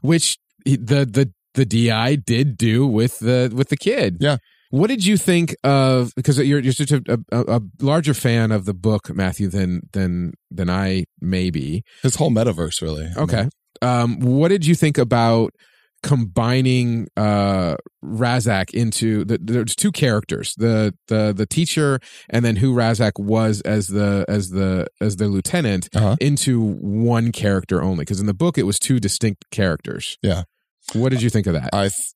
Speaker 5: which he- the the the DI did do with the with the kid.
Speaker 4: Yeah.
Speaker 5: What did you think of? Because you're you're such a, a, a larger fan of the book, Matthew, than than than I may be.
Speaker 4: His whole metaverse, really. I mean,
Speaker 5: Okay. Um, what did you think about combining uh, Razak into the, there's two characters the the the teacher and then who Razak was as the as the as the lieutenant
Speaker 4: Uh-huh.
Speaker 5: into one character only? Because in the book it was two distinct characters.
Speaker 4: Yeah. Uh,
Speaker 5: What did you think of that?
Speaker 4: I th-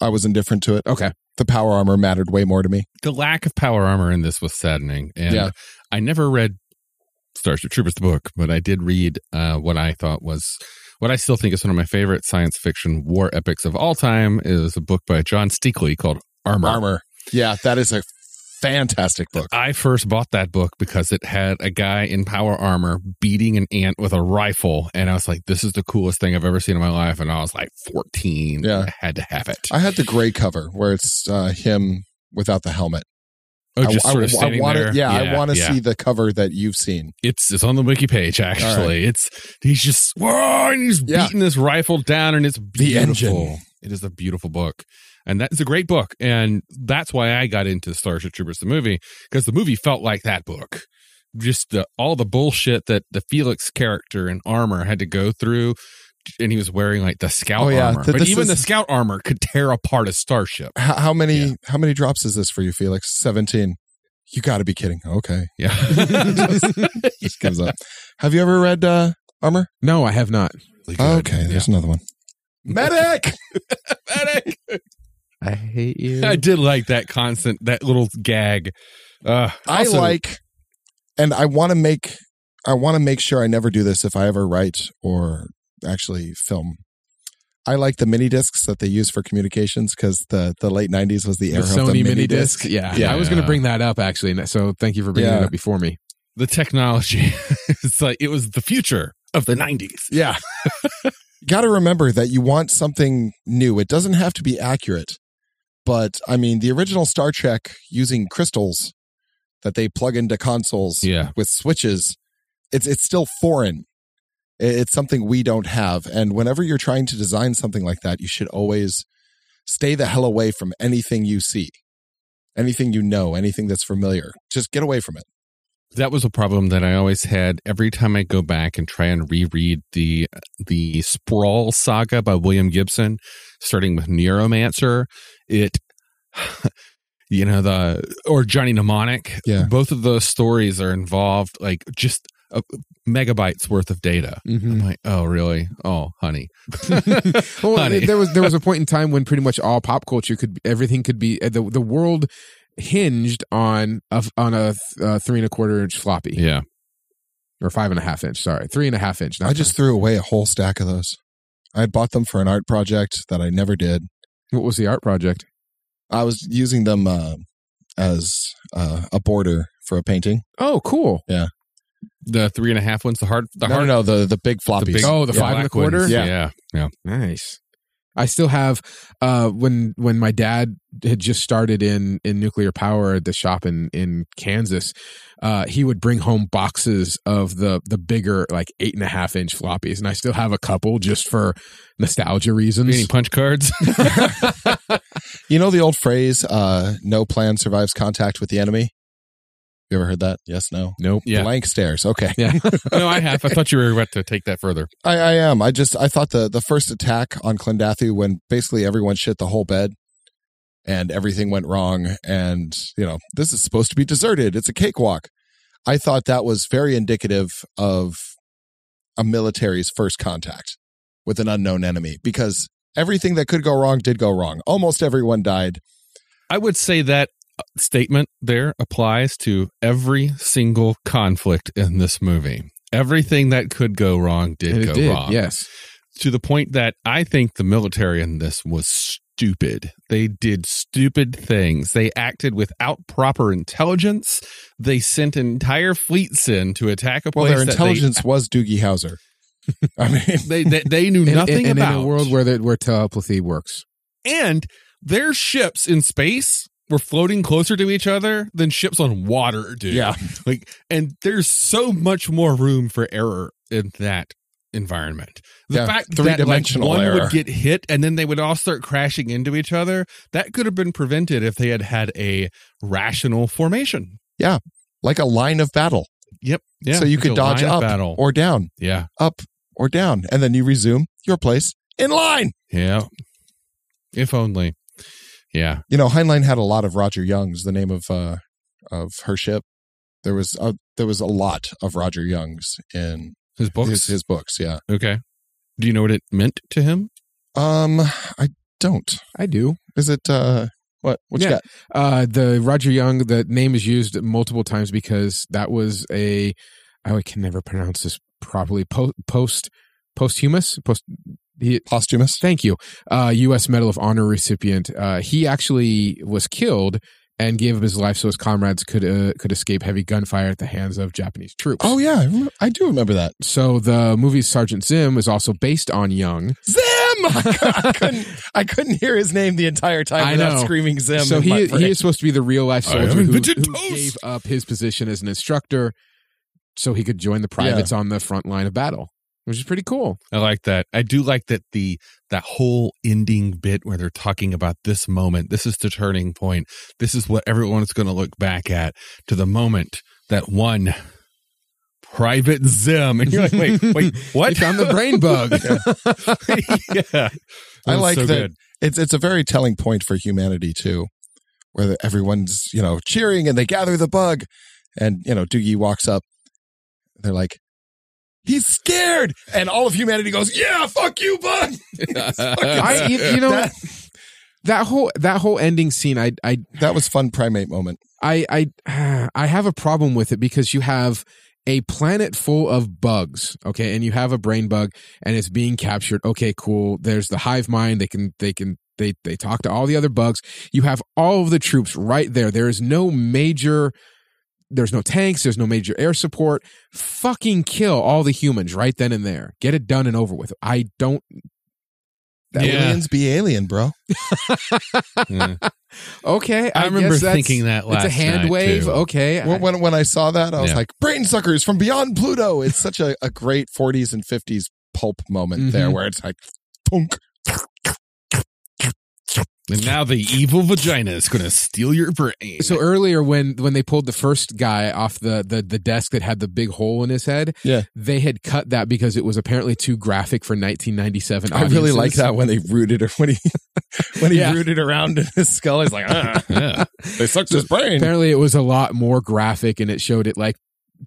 Speaker 4: I was indifferent to it.
Speaker 5: okay.
Speaker 4: The power armor mattered way more to me.
Speaker 3: The lack of power armor in this was saddening. And
Speaker 4: Yeah.
Speaker 3: I never read Starship Troopers, the book, but I did read uh, what I thought was what I still think is one of my favorite science fiction war epics of all time is a book by John Steakley called Armor.
Speaker 4: Armor. Yeah, that is a fantastic book.
Speaker 3: I first bought that book because it had a guy in power armor beating an ant with a rifle. And I was like, this is the coolest thing I've ever seen in my life. And I was like 14.
Speaker 4: Yeah.
Speaker 3: I had to have it.
Speaker 4: I had the gray cover where it's uh, him without the helmet.
Speaker 3: Oh,
Speaker 4: I-
Speaker 3: just
Speaker 4: I,
Speaker 3: sort of standing
Speaker 4: want
Speaker 3: there.
Speaker 4: to, yeah, I want to
Speaker 3: yeah.
Speaker 4: see the cover that you've seen.
Speaker 3: It's it's on the wiki page actually. It's he's just whoa, and he's
Speaker 4: Yeah.
Speaker 3: beating this rifle down, and it's beautiful.
Speaker 4: engine.
Speaker 3: It is a beautiful book, and that's a great book, and that's why I got into Starship Troopers the movie because the movie felt like that book. Just the, all the bullshit that the Felix character in armor had to go through, and he was wearing like the scout
Speaker 4: Oh, yeah.
Speaker 3: armor.
Speaker 4: Th-
Speaker 3: but
Speaker 4: this
Speaker 3: even
Speaker 4: is-
Speaker 3: the scout armor could tear apart a starship.
Speaker 4: How, how many?
Speaker 3: Yeah.
Speaker 4: How many drops is this for you, Felix? Seventeen. You got to be kidding. Okay,
Speaker 3: Yeah,
Speaker 4: just comes up. Have you ever read uh, Armor?
Speaker 5: No, I have not.
Speaker 4: okay, there's another one. Medic.
Speaker 3: Medic!
Speaker 5: I hate you.
Speaker 3: I did like that constant, that little gag. Uh,
Speaker 4: I
Speaker 3: also-
Speaker 4: like, and I want to make. I want to make sure I never do this if I ever write or actually film. I like the mini discs that they use for communications because the the late '90s was the
Speaker 5: the
Speaker 4: era
Speaker 5: Sony
Speaker 4: of the
Speaker 5: mini,
Speaker 4: mini
Speaker 5: disc. Yeah,
Speaker 3: Yeah.
Speaker 5: I was going to bring that up actually. and So thank you for bringing
Speaker 4: Yeah.
Speaker 5: it up before me.
Speaker 3: the technology. it's like it was the future of the nineties.
Speaker 4: Yeah. Got to remember that you want something new. It doesn't have to be accurate. But I mean, the original Star Trek using crystals that they plug into consoles
Speaker 3: Yeah.
Speaker 4: with switches, it's it's still foreign. I- It's something we don't have. And whenever you're trying to design something like that, you should always stay the hell away from anything you see. Anything you know, anything that's familiar. Just get away from it.
Speaker 3: That was a problem that I always had every time I go back and try and reread the the Sprawl saga by William Gibson, starting with Neuromancer. It you know the or Johnny Mnemonic.
Speaker 4: Yeah.
Speaker 3: Both of those stories are involved like just a megabytes worth of data. I'm like, oh really? Oh, honey.
Speaker 5: Well,
Speaker 3: Honey.
Speaker 5: there was there was a point in time when pretty much all pop culture could everything could be uh, the the world hinged on a, on a uh, three and a quarter inch floppy
Speaker 3: yeah.
Speaker 5: or five and a half inch. Sorry, three and a half inch. Not
Speaker 4: I just threw away a whole stack of those. I had bought them for an art project that I never did.
Speaker 5: what was the art project?
Speaker 4: I was using them uh, as uh, a border for a painting.
Speaker 5: Oh, cool.
Speaker 3: The three and a half ones, the hard the
Speaker 4: no,
Speaker 3: hard
Speaker 4: no, no, the the big floppies.
Speaker 3: big-
Speaker 5: Oh, the
Speaker 3: yeah,
Speaker 5: five and a
Speaker 3: black ones.
Speaker 5: quarter?
Speaker 3: Yeah.
Speaker 4: Yeah.
Speaker 3: yeah.
Speaker 5: Nice. I still have uh when when my dad had just started in in nuclear power at the shop in in Kansas, uh he would bring home boxes of the the bigger like eight and a half inch floppies, and I still have a couple just for nostalgia
Speaker 3: Any
Speaker 5: reasons.
Speaker 3: punch cards?
Speaker 4: you know the old phrase, uh, "No plan survives contact with the enemy." You ever heard that? Yes, no,
Speaker 5: Nope.
Speaker 3: Yeah.
Speaker 4: blank stares. Okay,
Speaker 5: Yeah.
Speaker 3: no, I have. I thought you were about to take that further.
Speaker 4: I, I am. I just I thought the the first attack on Clendathu when basically everyone shit the whole bed and everything went wrong and you know this is supposed to be deserted. It's a cakewalk. I thought that was very indicative of a military's first contact with an unknown enemy because everything that could go wrong did go wrong. Almost everyone died.
Speaker 3: I would say that uh, statement there applies to every single conflict in this movie. Everything that could go wrong did
Speaker 5: And
Speaker 3: go
Speaker 5: it did,
Speaker 3: wrong.
Speaker 5: yes.
Speaker 3: To the point that I think the military in this was stupid. They did stupid things. They acted without proper intelligence. They sent entire fleets in to attack a
Speaker 4: Well,
Speaker 3: place
Speaker 4: their
Speaker 3: that
Speaker 4: intelligence was Doogie Howser. I mean,
Speaker 3: they, they, they, they knew
Speaker 5: And-
Speaker 3: nothing
Speaker 5: and, and
Speaker 3: about.
Speaker 5: in a world where there, where telepathy works.
Speaker 3: and their ships in space were floating closer to each other than ships on water do.
Speaker 4: Yeah.
Speaker 3: Like and there's so much more room for error in that environment. The
Speaker 4: Yeah,
Speaker 3: fact that like,
Speaker 4: three-dimensional
Speaker 3: one
Speaker 4: error.
Speaker 3: would get hit and then they would all start crashing into each other, that could have been prevented if they had had a rational formation.
Speaker 4: like a line of battle.
Speaker 3: Yep. Yeah.
Speaker 4: so you could
Speaker 3: It's a
Speaker 4: dodge
Speaker 3: line of
Speaker 4: up
Speaker 3: battle.
Speaker 4: or down.
Speaker 3: yeah.
Speaker 4: up or down, and then you resume your place in line.
Speaker 3: Yeah. If only. Yeah.
Speaker 4: You know, Heinlein had a lot of Roger Young's. The name of uh, of her ship. There was a, there was a lot of Roger Young's in
Speaker 3: His books.
Speaker 4: his his books. Yeah.
Speaker 3: okay. Do you know what it meant to him?
Speaker 4: Um, I don't.
Speaker 5: I do.
Speaker 4: Is it uh, what what
Speaker 5: Yeah.
Speaker 4: you got?
Speaker 5: Uh, the Roger Young, the name is used multiple times because that was a, oh, I can never pronounce this properly. Po- post, posthumous, post. He,
Speaker 4: Posthumous.
Speaker 5: thank you, uh, U.S. Medal of Honor recipient. Uh, he actually was killed and gave up his life so his comrades could uh, could escape heavy gunfire at the hands of Japanese troops.
Speaker 4: Oh yeah, I, remember, I do remember that.
Speaker 5: So the movie Sergeant Zim is also based on Young.
Speaker 4: Zim. I couldn't, I couldn't hear his name the entire time
Speaker 5: I
Speaker 4: without
Speaker 5: know.
Speaker 4: screaming Zim.
Speaker 5: so
Speaker 4: in
Speaker 5: he
Speaker 4: my
Speaker 5: he
Speaker 4: brain.
Speaker 5: is supposed to be the real life
Speaker 3: I
Speaker 5: soldier who,
Speaker 3: invented
Speaker 5: who
Speaker 3: toast.
Speaker 5: gave up his position as an instructor so he could join the privates on the front line of battle, which is pretty cool.
Speaker 3: I like that. I do like that the that whole ending bit where they're talking about this moment. This is the turning point. This is what everyone's going to look back at to the moment that one private Zim and you're like, wait, wait,
Speaker 5: He
Speaker 3: what?
Speaker 5: found the brain bug.
Speaker 3: yeah,
Speaker 4: I
Speaker 3: That's
Speaker 4: like
Speaker 3: so
Speaker 4: that.
Speaker 3: good.
Speaker 4: It's it's a very telling point for humanity too, where the, everyone's you know cheering and they gather the bug, and you know Doogie walks up. They're like, he's scared, and all of humanity goes, yeah, fuck you, bug.
Speaker 5: I, you, you know
Speaker 4: that,
Speaker 5: that, whole that whole ending scene. I I
Speaker 4: that was fun primate moment.
Speaker 5: I I I have a problem with it because you have a planet full of bugs, okay, and you have a brain bug and it's being captured. Okay, cool. There's the hive mind. They can they can they they talk to all the other bugs. You have all of the troops right there. There is no major there's no tanks, there's no major air support. Fucking kill all the humans right then and there. Get it done and over with. I don't
Speaker 3: Yeah.
Speaker 4: Aliens be alien, bro.
Speaker 3: Yeah.
Speaker 5: Okay,
Speaker 3: I,
Speaker 5: guess
Speaker 3: remember
Speaker 5: that's-
Speaker 3: thinking that last
Speaker 5: it's a hand
Speaker 3: night,
Speaker 5: wave.
Speaker 3: too.
Speaker 5: Okay.
Speaker 4: When, when, when I saw that, I was
Speaker 3: Yeah.
Speaker 4: like, brain suckers from beyond Pluto. It's such a, a great 40s and 50s pulp moment there
Speaker 3: Mm-hmm.
Speaker 5: Mhm.
Speaker 4: where it's like, punk.
Speaker 3: And now the evil vagina is going to steal your brain.
Speaker 5: So earlier, when when they pulled the first guy off the, the the desk that had the big hole in his head,
Speaker 4: Yeah.
Speaker 5: they had cut that because it was apparently too graphic for 1997.
Speaker 4: I really like
Speaker 5: audiences.
Speaker 4: that when they rooted or when he when he
Speaker 5: Yeah.
Speaker 4: rooted around in his skull. He's like, ah,
Speaker 3: yeah.
Speaker 4: they sucked his brain.
Speaker 5: Apparently, it was a lot more graphic, and it showed it like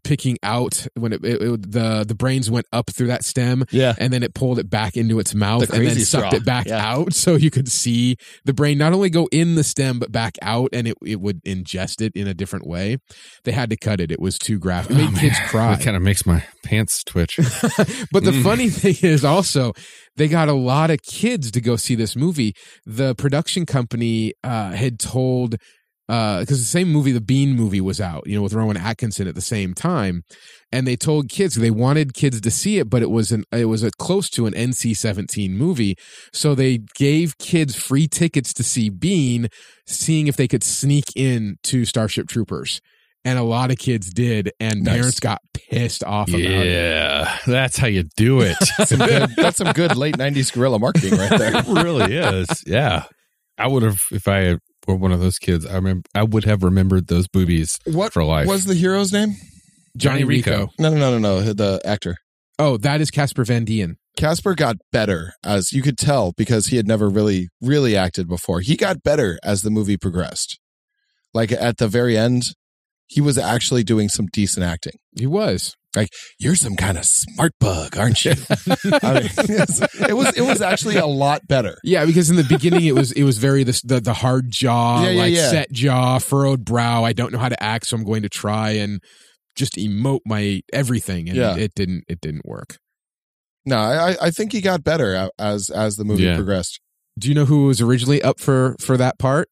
Speaker 5: picking out when it, it, it- the the brains went up through that stem.
Speaker 4: Yeah,
Speaker 5: And then it pulled it back into its mouth
Speaker 4: The
Speaker 5: and then
Speaker 4: crazy
Speaker 5: sucked
Speaker 4: straw.
Speaker 5: it back
Speaker 4: Yeah.
Speaker 5: out so you could see the brain not only go in the stem but back out and it, it would ingest it in a different way. They had to cut it. It was too graphic. It made
Speaker 3: Oh,
Speaker 5: kids
Speaker 3: man.
Speaker 5: cry.
Speaker 3: That kind of makes my pants twitch.
Speaker 5: but the
Speaker 3: Mm.
Speaker 5: funny thing is also they got a lot of kids to go see this movie. The production company uh, had told because the same movie, the Bean movie, was out, you know, with Rowan Atkinson at the same time, and they told kids they wanted kids to see it, but it was an it was a close to an NC seventeen movie, so they gave kids free tickets to see Bean, seeing if they could sneak in to Starship Troopers. And a lot of kids did, and
Speaker 4: Nice.
Speaker 5: parents got pissed off about it.
Speaker 3: yeah. That's how you do it.
Speaker 4: some good, that's some good late '90s guerrilla marketing right there.
Speaker 3: It really is. Yeah. I would have, if I were one of those kids, I remember, I would have remembered those boobies
Speaker 4: What
Speaker 3: for life.
Speaker 4: was the hero's name?
Speaker 5: Johnny
Speaker 3: Johnny
Speaker 5: Rico.
Speaker 3: Rico.
Speaker 4: No, no, no, no, no. The actor
Speaker 5: Oh, that is Casper Van Dien.
Speaker 4: Casper got better as you could tell because he had never really, really acted before. He got better as the movie progressed. Like at the very end, he was actually doing some decent acting.
Speaker 5: He was.
Speaker 4: you're some kind of smart bug, aren't you? I mean, it was it was actually a lot better.
Speaker 5: Yeah, because in the beginning it was it was very the the, the hard jaw,
Speaker 4: Yeah, yeah,
Speaker 5: like
Speaker 4: yeah.
Speaker 5: set jaw, furrowed brow. I don't know how to act, so I'm going to try and just emote my everything, and
Speaker 4: Yeah.
Speaker 5: it didn't it didn't work.
Speaker 4: No, I I- I think he got better a- as as the movie
Speaker 3: Yeah.
Speaker 4: progressed.
Speaker 5: Do you know who was originally up for for that part?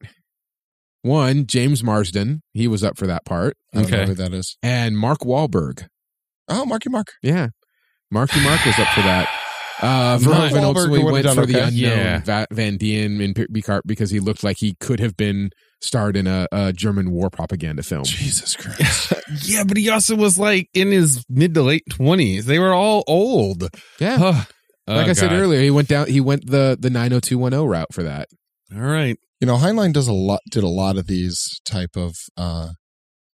Speaker 5: One James Marsden, he was up for that part,
Speaker 4: I don't know
Speaker 3: Okay.
Speaker 4: who that is.
Speaker 5: and Mark Wahlberg.
Speaker 4: Oh, Marky Mark.
Speaker 5: Yeah, Marky Mark was up for that. Uh,
Speaker 4: Mark
Speaker 5: Verhoeven
Speaker 4: Wahlberg
Speaker 5: ultimately
Speaker 4: would've
Speaker 5: went
Speaker 4: done
Speaker 5: for the
Speaker 4: okay.
Speaker 5: unknown
Speaker 3: Yeah.
Speaker 5: Va- Van Dien in P- Picard because he looked like he could have been starred in a, a German war propaganda
Speaker 4: Oh.
Speaker 5: film.
Speaker 4: Jesus Christ.
Speaker 3: yeah, but he also was like in his mid to late 20s. They were all old.
Speaker 5: Yeah,
Speaker 3: Huh. Oh,
Speaker 5: like I said
Speaker 3: God.
Speaker 5: earlier, he went down. He went the the nine hundred two one zero route for that.
Speaker 3: All right.
Speaker 4: you know, Heinlein does a lot did a lot of these type of uh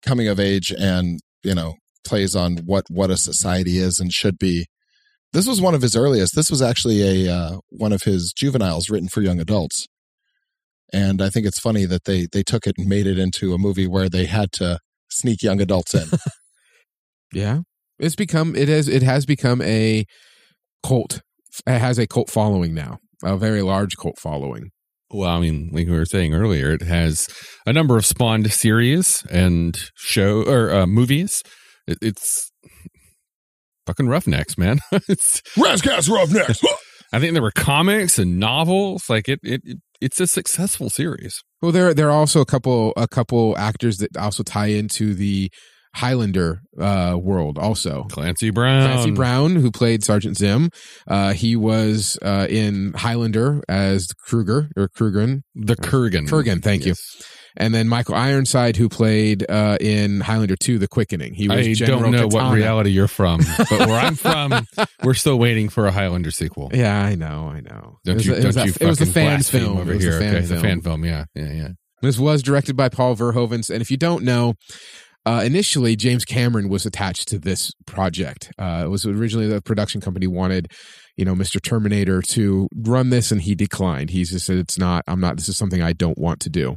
Speaker 4: coming of age and, you know, plays on what what a society is and should be. This was one of his earliest. This was actually a uh, one of his juveniles written for young adults. And I think it's funny that they they took it and made it into a movie where they had to sneak young adults in.
Speaker 5: Yeah, it's become it has it has become a cult. It has a cult following now, a very large cult following.
Speaker 3: Well, I mean, like we were saying earlier, it has a number of spawned series and show or uh, movies. It, it's fucking Roughnecks, man. it's
Speaker 4: Rascals Roughnecks.
Speaker 3: I think there were comics and novels. Like it, it, it it's a successful series.
Speaker 5: Well, there there are also a couple a couple actors that also tie into the Highlander uh, world. Also,
Speaker 3: Clancy Brown.
Speaker 5: Clancy Brown, who played Sergeant Zim, uh, he was uh, in Highlander as Kruger or Krugerin,
Speaker 3: The Kurgan.
Speaker 5: Kurgan, thank you. and then Michael Ironside, who played uh, in Highlander Two: The Quickening. He was
Speaker 3: I
Speaker 5: General
Speaker 3: don't know what
Speaker 5: Katana.
Speaker 3: reality you're from, but where I'm from, we're still waiting for a Highlander sequel.
Speaker 5: Yeah, I know, I know.
Speaker 3: Don't
Speaker 5: it was,
Speaker 3: you?
Speaker 5: a- it
Speaker 3: don't
Speaker 5: was a,
Speaker 3: you?
Speaker 5: it was a
Speaker 3: fucking
Speaker 5: fan
Speaker 3: blaspheme
Speaker 5: film
Speaker 3: over
Speaker 5: It was
Speaker 3: here.
Speaker 5: A fan
Speaker 3: okay, it's
Speaker 5: film.
Speaker 3: a fan film. Yeah, yeah, yeah.
Speaker 5: This was directed by Paul Verhoeven, and if you don't know, uh, initially James Cameron was attached to this project. Uh, it was originally the production company wanted, you know, Mr. Terminator to run this, and he declined. He just said, "It's not. I'm not. This is something I don't want to do."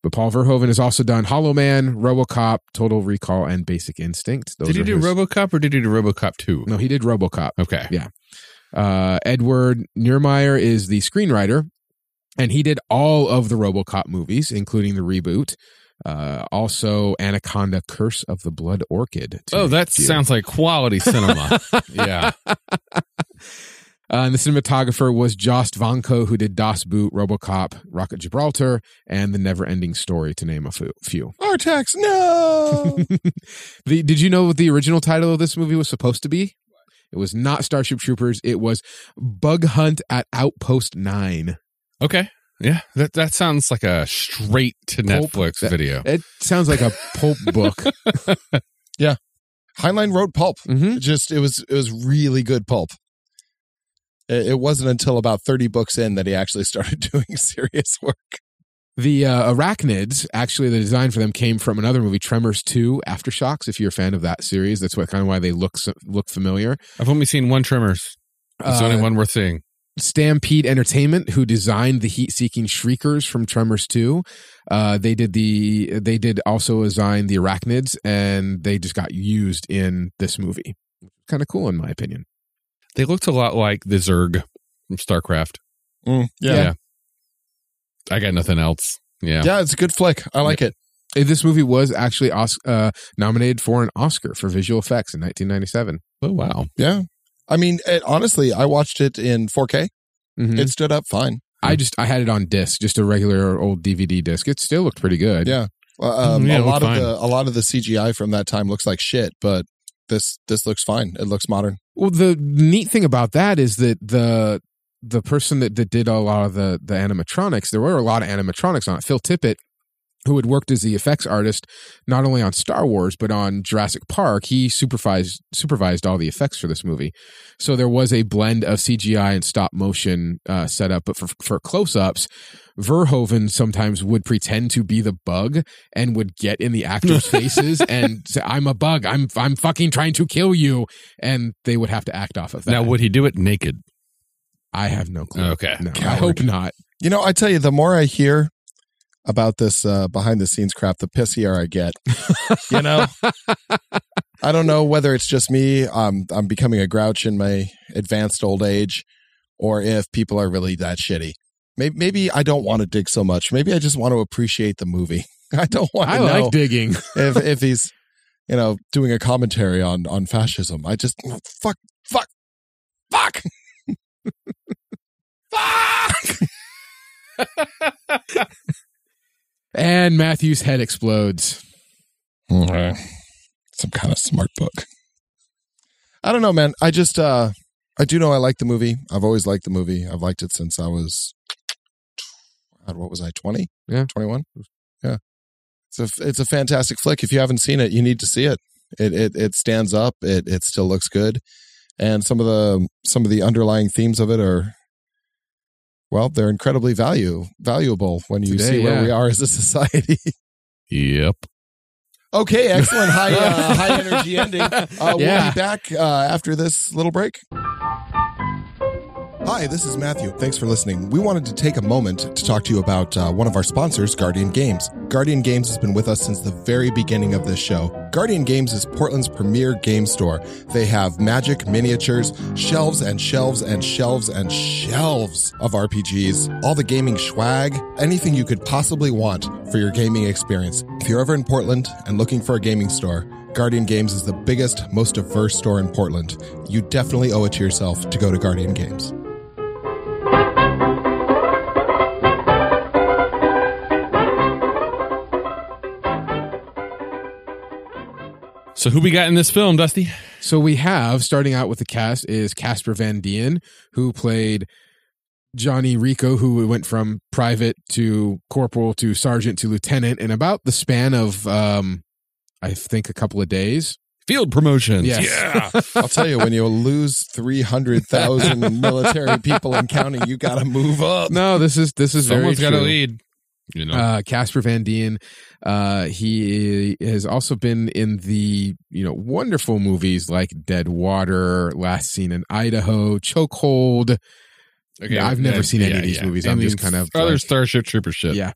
Speaker 5: But Paul Verhoeven has also done Hollow Man, RoboCop, Total Recall, and Basic Instinct. Those
Speaker 3: Did he
Speaker 5: are
Speaker 3: do
Speaker 5: his-
Speaker 3: RoboCop or did he do RoboCop Two?
Speaker 5: No, he did RoboCop.
Speaker 3: Okay.
Speaker 5: Uh, Edward Neurmeyer is the screenwriter, and he did all of the RoboCop movies, including the reboot. Uh, also, Anaconda: Curse of the Blood Orchid. to
Speaker 3: Oh,
Speaker 5: name
Speaker 3: that
Speaker 5: a few.
Speaker 3: sounds like quality cinema. yeah.
Speaker 5: Uh, and the cinematographer was Jost Vanko, who did Das Boot, RoboCop, Rocket Gibraltar, and The Never-Ending Story, to name a fu- few.
Speaker 4: Artax, no.
Speaker 5: the, did you know what the original title of this movie was supposed to be? It was not Starship Troopers. It was Bug Hunt at Outpost Nine.
Speaker 3: Okay. Yeah. That that sounds like a straight to
Speaker 5: Pulp.
Speaker 3: Netflix
Speaker 5: That-
Speaker 3: video.
Speaker 5: It sounds like a pulp book.
Speaker 4: Heinlein wrote pulp.
Speaker 5: Mm-hmm.
Speaker 4: It just it was it was really good pulp. It, it wasn't until about thirty books in that he actually started doing serious work.
Speaker 5: The uh, arachnids, actually, the design for them came from another movie, Tremors Two: Aftershocks. If you're a fan of that series, that's what kind of why they look so, look familiar.
Speaker 3: I've only seen one Tremors. It's the
Speaker 5: Uh,
Speaker 3: only one worth seeing.
Speaker 5: Stampede Entertainment, who designed the heat-seeking shriekers from Tremors Two, uh, they did the they did also design the arachnids, and they just got used in this movie. Kind of cool, in my opinion.
Speaker 3: They looked a lot like the Zerg from StarCraft.
Speaker 4: yeah.
Speaker 3: Mm, Yeah.
Speaker 4: yeah,
Speaker 3: I got nothing else. Yeah.
Speaker 4: It's a good flick. I like it.
Speaker 5: Uh, This movie was actually Os- uh, nominated for an Oscar for visual effects in 1997.
Speaker 3: Oh wow.
Speaker 4: Yeah, I mean, it, honestly, I watched it in 4K.
Speaker 3: Mm-hmm.
Speaker 5: Mhm.
Speaker 4: It stood up fine.
Speaker 5: I just I had it on disc, just a regular old DVD disc. It still looked pretty good.
Speaker 4: Yeah. Uh, Um,
Speaker 3: Mm-hmm, Yeah, it
Speaker 4: a
Speaker 3: looked
Speaker 4: lot
Speaker 3: fine.
Speaker 4: of the a lot of the CGI from that time looks like shit, but this this looks fine. It looks modern.
Speaker 5: Well, the neat thing about that is that the the person that, that did a lot of the the animatronics, there were a lot of animatronics on it. Phil Tippett, who had worked as the effects artist not only on Star Wars but on Jurassic Park, he supervised supervised all the effects for this movie. So there was a blend of CGI and stop motion uh, setup, but for for close ups. Verhoeven sometimes would pretend to be the bug and would get in the actors' faces and say, "I'm a bug. I'm I'm fucking trying to kill you," and they would have to act off of that.
Speaker 3: Now would he do it naked?
Speaker 5: I have no clue.
Speaker 3: Okay.
Speaker 5: No, I
Speaker 4: Coward.
Speaker 5: hope not.
Speaker 4: You know, I tell you, the more I hear about this uh, behind the scenes crap, the pissier I get. you know, I don't know whether it's just me. Um, I'm becoming a grouch in my advanced old age, or if people are really that shitty. Maybe, maybe I don't want to dig so much. Maybe I just want to appreciate the movie. I don't want to
Speaker 5: I
Speaker 4: know
Speaker 5: like digging.
Speaker 4: if if he's you know doing a commentary on on fascism. I just fuck, fuck, fuck, fuck.
Speaker 5: And Matthew's head explodes.
Speaker 4: Some kind of smart book. I don't know, man. I just uh I do know I like the movie. I've always liked the movie. I've liked it since I was God, what was I, twenty?
Speaker 5: Yeah.
Speaker 4: Twenty one? Yeah. It's a it's a fantastic flick. If you haven't seen it, you need to see it. It it it stands up, it it still looks good. And some of the some of the underlying themes of it are well, they're incredibly value valuable when you
Speaker 5: Today,
Speaker 4: see where
Speaker 5: yeah.
Speaker 4: we are as a society.
Speaker 3: Yep.
Speaker 4: Okay, excellent. High uh, high energy ending. Uh, We'll
Speaker 5: Yeah.
Speaker 4: be back uh, after this little break. Hi, this is Matthew. Thanks for listening. We wanted to take a moment to talk to you about uh, one of our sponsors, Guardian Games. Guardian Games has been with us since the very beginning of this show. Guardian Games is Portland's premier game store. They have magic, miniatures, shelves and shelves and shelves and shelves of RPGs, all the gaming swag, anything you could possibly want for your gaming experience. If you're ever in Portland and looking for a gaming store, Guardian Games is the biggest, most diverse store in Portland. You definitely owe it to yourself to go to Guardian Games.
Speaker 3: So who we got in this film, Dusty?
Speaker 5: So we have starting out with the cast is Casper Van Dien, who played Johnny Rico, who went from private to corporal to sergeant to lieutenant in about the span of um, I think a couple of days.
Speaker 3: Field promotions.
Speaker 5: Yes.
Speaker 3: Yeah.
Speaker 4: I'll tell you, when you lose 300,000 military people and counting, you got to move up.
Speaker 5: No, this is this is
Speaker 3: Someone's
Speaker 5: very
Speaker 3: got to
Speaker 5: true.
Speaker 3: lead. You know.
Speaker 5: Uh, Casper Van Dien, uh, he has also been in the you know wonderful movies like Dead Water, Last Seen in Idaho, Chokehold.
Speaker 3: okay,
Speaker 5: yeah, I've never
Speaker 3: yeah,
Speaker 5: seen any of
Speaker 3: yeah,
Speaker 5: these
Speaker 3: yeah.
Speaker 5: movies.
Speaker 3: And
Speaker 5: I'm just
Speaker 3: these
Speaker 5: kind of
Speaker 3: other
Speaker 5: like-
Speaker 3: Starship Trooper shit.
Speaker 5: Yeah,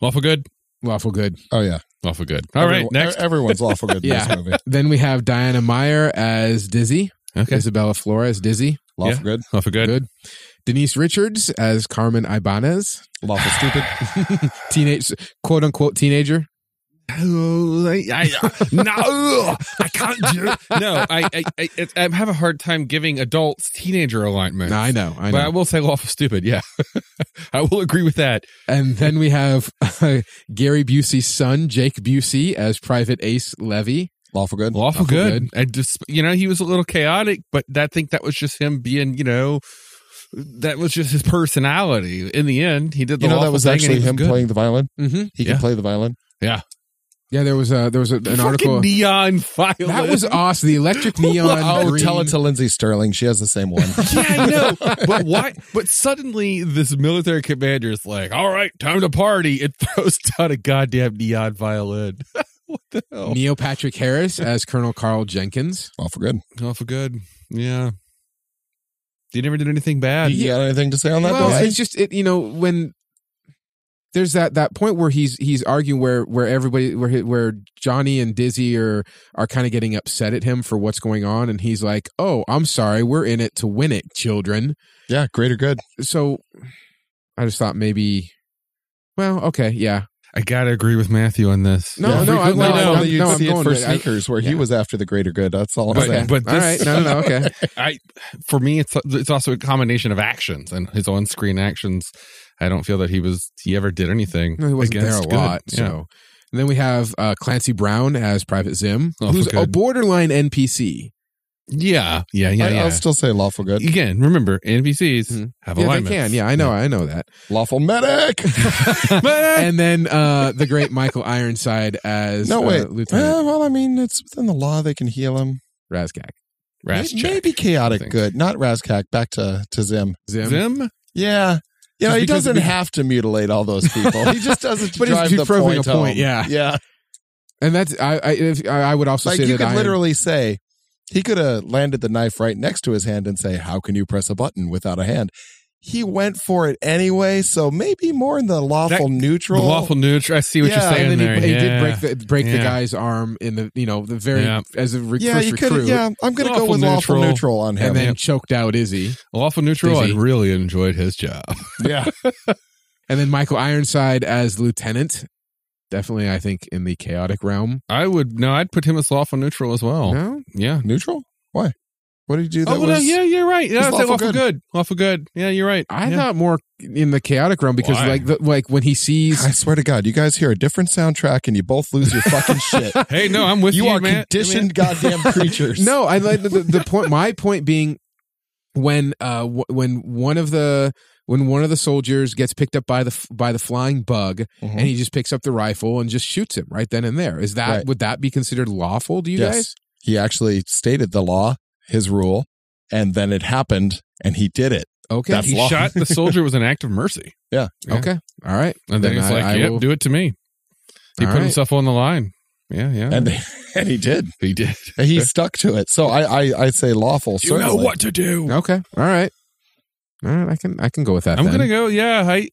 Speaker 3: Lawful good.
Speaker 5: lawful good.
Speaker 4: Oh, yeah.
Speaker 3: Lawful good. All right.
Speaker 4: Everyone-
Speaker 3: Next.
Speaker 4: Everyone's lawful good in
Speaker 5: Yeah.
Speaker 4: this movie.
Speaker 5: Then we have Diana Meyer as Dizzy,
Speaker 3: Okay.
Speaker 5: Isabella Flores Dizzy,
Speaker 4: Lawful
Speaker 3: Yeah.
Speaker 4: good,
Speaker 3: Lawful good.
Speaker 5: Good. Denise Richards as Carmen Ibanez,
Speaker 4: lawful stupid.
Speaker 5: teenage quote unquote teenager.
Speaker 3: Oh, I, I, no, I can't do it. No, I, I, I, it, I have a hard time giving adults teenager alignment.
Speaker 5: No, I know, I
Speaker 3: But I
Speaker 5: know.
Speaker 3: will say lawful stupid. Yeah. I will agree with that.
Speaker 5: And then we have uh, Gary Busey's son, Jake Busey, as Private Ace Levy.
Speaker 4: Lawful good.
Speaker 3: Lawful,
Speaker 5: Lawful
Speaker 3: good.
Speaker 5: good.
Speaker 3: I just, you know, he was a little chaotic, but I think that was just him being, you know, that was just his personality. In the end, he did the
Speaker 4: You know, that
Speaker 3: lawful
Speaker 4: was
Speaker 3: thing and
Speaker 4: actually
Speaker 3: he was
Speaker 4: him
Speaker 3: good.
Speaker 4: playing the violin.
Speaker 5: Mm-hmm.
Speaker 4: He
Speaker 3: Yeah.
Speaker 4: can play the violin.
Speaker 5: Yeah, there was a there was a, an
Speaker 3: Fucking
Speaker 5: article
Speaker 3: neon violin.
Speaker 5: that was awesome. The electric neon.
Speaker 4: Oh,
Speaker 5: green.
Speaker 4: tell it to Lindsay Sterling. She has the same one.
Speaker 3: yeah, I know. But why? But suddenly, this military commander is like, "All right, time to party!" It throws down a goddamn neon violin. what the hell?
Speaker 5: Neil Patrick Harris as Colonel Carl Jenkins.
Speaker 4: lawful good.
Speaker 3: Awful good. Yeah. He never did anything bad.
Speaker 4: You got anything to say on that?
Speaker 5: well,
Speaker 4: Dusty?
Speaker 5: it's just it you know when there's that that point where he's he's arguing where where everybody where he- where Johnny and Dizzy are are kind of getting upset at him for what's going on and he's like, "Oh, I'm sorry. We're in it to win it, children."
Speaker 4: yeah, greater good.
Speaker 5: So I just thought maybe well, okay, yeah.
Speaker 3: I gotta agree with Matthew on this.
Speaker 5: No,
Speaker 4: yeah,
Speaker 5: Oh, no, I-
Speaker 4: frequently
Speaker 5: no, I-
Speaker 4: now
Speaker 5: I'm-
Speaker 4: you'd
Speaker 5: no, I'm
Speaker 4: see it
Speaker 5: going
Speaker 4: for
Speaker 5: with it. I-
Speaker 4: sneakers where he
Speaker 5: yeah.
Speaker 4: was after the greater good. That's all I'm
Speaker 3: But,
Speaker 4: saying.
Speaker 3: but
Speaker 5: All
Speaker 3: this,
Speaker 5: right. No, no, no, okay.
Speaker 3: I, for me, it's it's also a combination of actions and his on-screen actions. I don't feel that he was he ever did anything.
Speaker 5: No, he wasn't there a
Speaker 3: against good.
Speaker 5: lot.
Speaker 3: Yeah.
Speaker 5: So and then we have uh, Clancy Brown as Private Zim,
Speaker 3: Oh, for
Speaker 5: who's a
Speaker 3: good.
Speaker 5: borderline NPC.
Speaker 3: yeah, yeah, yeah,
Speaker 4: I,
Speaker 3: yeah.
Speaker 4: I'll still say lawful good.
Speaker 3: Again, remember NPCs
Speaker 5: Mhm.
Speaker 3: have
Speaker 5: yeah,
Speaker 3: alignments.
Speaker 5: they can. Yeah, I know. I know that.
Speaker 4: Lawful medic.
Speaker 5: and then uh, the great Michael Ironside as
Speaker 4: no,
Speaker 5: uh,
Speaker 4: wait.
Speaker 5: Lieutenant
Speaker 4: Well, well, I mean, it's within the law. They can heal him.
Speaker 5: Razgak.
Speaker 3: Raschak.
Speaker 4: May- Maybe
Speaker 3: I
Speaker 4: chaotic
Speaker 3: think.
Speaker 4: good. Not Razkak. Back to, to Zim.
Speaker 5: Zim.
Speaker 3: Zim?
Speaker 4: Yeah. You know,
Speaker 5: Just
Speaker 4: he
Speaker 5: because
Speaker 4: doesn't
Speaker 5: we-
Speaker 4: have to mutilate all those people. He just does it to
Speaker 5: But he's
Speaker 4: drive the
Speaker 5: proving a
Speaker 4: point,
Speaker 5: point,
Speaker 4: home.
Speaker 5: yeah.
Speaker 4: Yeah.
Speaker 5: and that's I I, if, I I would also
Speaker 4: like
Speaker 5: say that
Speaker 4: you could
Speaker 5: I am-
Speaker 4: literally say he could have landed the knife right next to his hand and say how can you press a button without a hand he went for it anyway so maybe more in the lawful neutral
Speaker 3: Lawful neutral. I see what
Speaker 4: Yeah,
Speaker 3: you're saying
Speaker 5: and then
Speaker 3: there.
Speaker 5: he, he
Speaker 3: yeah.
Speaker 5: did break the break
Speaker 3: Yeah.
Speaker 5: the guy's arm in the you know the very
Speaker 3: Yeah.
Speaker 5: as a re-
Speaker 4: yeah
Speaker 5: first
Speaker 4: you could
Speaker 5: recruit,
Speaker 4: yeah i'm gonna go
Speaker 3: Lawful
Speaker 4: with lawful
Speaker 3: neutral.
Speaker 4: neutral on him
Speaker 5: and then choked out Izzy,
Speaker 3: Lawful neutral.
Speaker 5: Dizzy.
Speaker 3: I really enjoyed his job.
Speaker 4: yeah
Speaker 5: and then Michael Ironside as lieutenant. Definitely, I think in the chaotic realm.
Speaker 3: I would no. I'd put him as lawful neutral as well.
Speaker 5: No,
Speaker 3: Yeah.
Speaker 4: neutral why what did he do that
Speaker 3: Oh well, no,
Speaker 4: was
Speaker 3: yeah, you're right. Yeah,
Speaker 4: was
Speaker 3: I'd say
Speaker 4: lawful
Speaker 3: lawful
Speaker 4: good.
Speaker 3: good. Lawful good. Yeah, you're right.
Speaker 5: I
Speaker 3: yeah.
Speaker 5: thought more in the chaotic realm because
Speaker 3: Why?
Speaker 5: like the, like when he
Speaker 4: i
Speaker 5: sees
Speaker 4: swear to god you guys hear a different soundtrack and you both lose your fucking shit
Speaker 3: Hey, no, I'm with you.
Speaker 4: you are
Speaker 3: man.
Speaker 4: conditioned goddamn creatures
Speaker 5: No, I like the, the point. My point being, when uh, w- when one of the when one of the soldiers gets picked up by the f- by the flying bug,
Speaker 4: Mhm.
Speaker 3: Mm-hmm.
Speaker 5: and he just picks up the rifle and just shoots him right then and there. Is that
Speaker 4: Right.
Speaker 5: would that be considered lawful? Do you guys?
Speaker 4: he actually stated the law his rule and then it happened and he did it
Speaker 5: Okay,
Speaker 4: That's
Speaker 3: He
Speaker 4: Law-
Speaker 3: shot the soldier was an act of mercy, yeah.
Speaker 5: okay, all right.
Speaker 3: and then,
Speaker 5: Then
Speaker 3: he's
Speaker 5: I-
Speaker 3: like,
Speaker 5: I
Speaker 3: "Yep,
Speaker 5: will-
Speaker 3: do it to me." He
Speaker 5: All
Speaker 3: put
Speaker 5: right.
Speaker 3: himself on the line. Yeah, yeah,
Speaker 4: and and he did
Speaker 3: he did.
Speaker 4: he stuck to it. So I I, I say lawful.
Speaker 3: You know
Speaker 4: certainly.
Speaker 3: what to do.
Speaker 5: Okay, all right, all right. I can I can go with that.
Speaker 3: I'm
Speaker 5: then.
Speaker 3: gonna go. Yeah, I.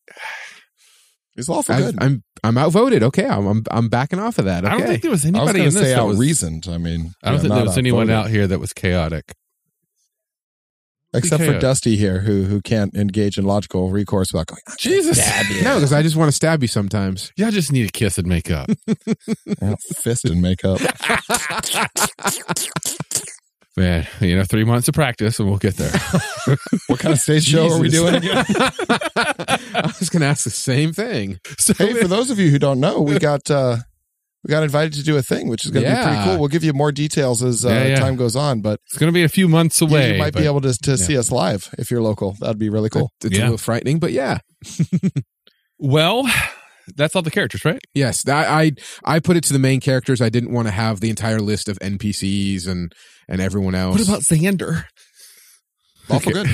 Speaker 4: He's lawful
Speaker 5: I've-
Speaker 4: good.
Speaker 5: I'm I'm outvoted. Okay, I'm I'm, I'm backing off of that. Okay.
Speaker 3: I don't think there was
Speaker 4: I was
Speaker 3: anybody
Speaker 4: going
Speaker 3: in
Speaker 4: to
Speaker 3: this
Speaker 4: say
Speaker 3: that was
Speaker 4: outreasoned. I mean,
Speaker 3: I don't
Speaker 4: yeah,
Speaker 3: think
Speaker 4: not
Speaker 3: there was anyone
Speaker 4: outvoted.
Speaker 3: out here that was chaotic.
Speaker 4: except for
Speaker 3: Yeah.
Speaker 4: Dusty here, who who can't engage in logical recourse without going. "Ah,
Speaker 3: Jesus.
Speaker 5: no, because I just want to stab you sometimes.
Speaker 3: Y'all just need a kiss and make up.
Speaker 4: yeah, fist and makeup.
Speaker 3: Man, you know, three months of practice and we'll get there.
Speaker 4: What kind of stage show are we
Speaker 5: Jesus.
Speaker 4: doing? again?
Speaker 5: I was going to ask the same thing.
Speaker 3: So,
Speaker 4: hey, for those of you who don't know, we got uh we got invited to do a thing, which is going to be pretty
Speaker 5: Yeah.
Speaker 4: cool. We'll give you more details as uh,
Speaker 3: Yeah, yeah.
Speaker 4: time goes on, but
Speaker 3: It's going to be a few months
Speaker 4: you-
Speaker 3: away.
Speaker 4: you might
Speaker 3: but-
Speaker 4: be able to, to see us live if you're local. That'd be really cool.
Speaker 5: It's
Speaker 3: Yeah.
Speaker 5: a little frightening, but yeah.
Speaker 3: well, that's all the characters, right?
Speaker 5: Yes, I, I I put it to the main characters. I didn't want to have the entire list of NPCs and and everyone else.
Speaker 3: Xander?
Speaker 4: Awful good.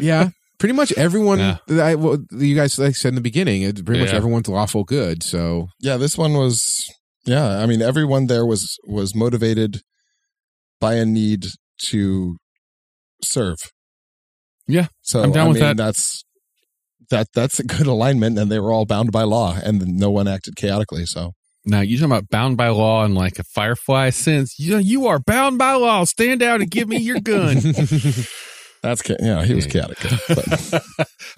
Speaker 5: yeah, pretty much everyone
Speaker 3: Yeah.
Speaker 5: that I, well, you guys like said in the beginning. It, pretty much
Speaker 3: Yeah.
Speaker 5: everyone's lawful good. So
Speaker 4: yeah this one was yeah i mean everyone there was was motivated by a need to serve
Speaker 3: Yeah,
Speaker 4: so
Speaker 3: I'm down
Speaker 4: I
Speaker 3: with
Speaker 4: mean,
Speaker 3: that.
Speaker 4: that's that that's a good alignment and they were all bound by law and no one acted chaotically so
Speaker 3: Now you talking about bound by law and like a firefly sense? You you are bound by law. Stand out and give me your gun.
Speaker 4: that's cha- yeah he was chaotic but,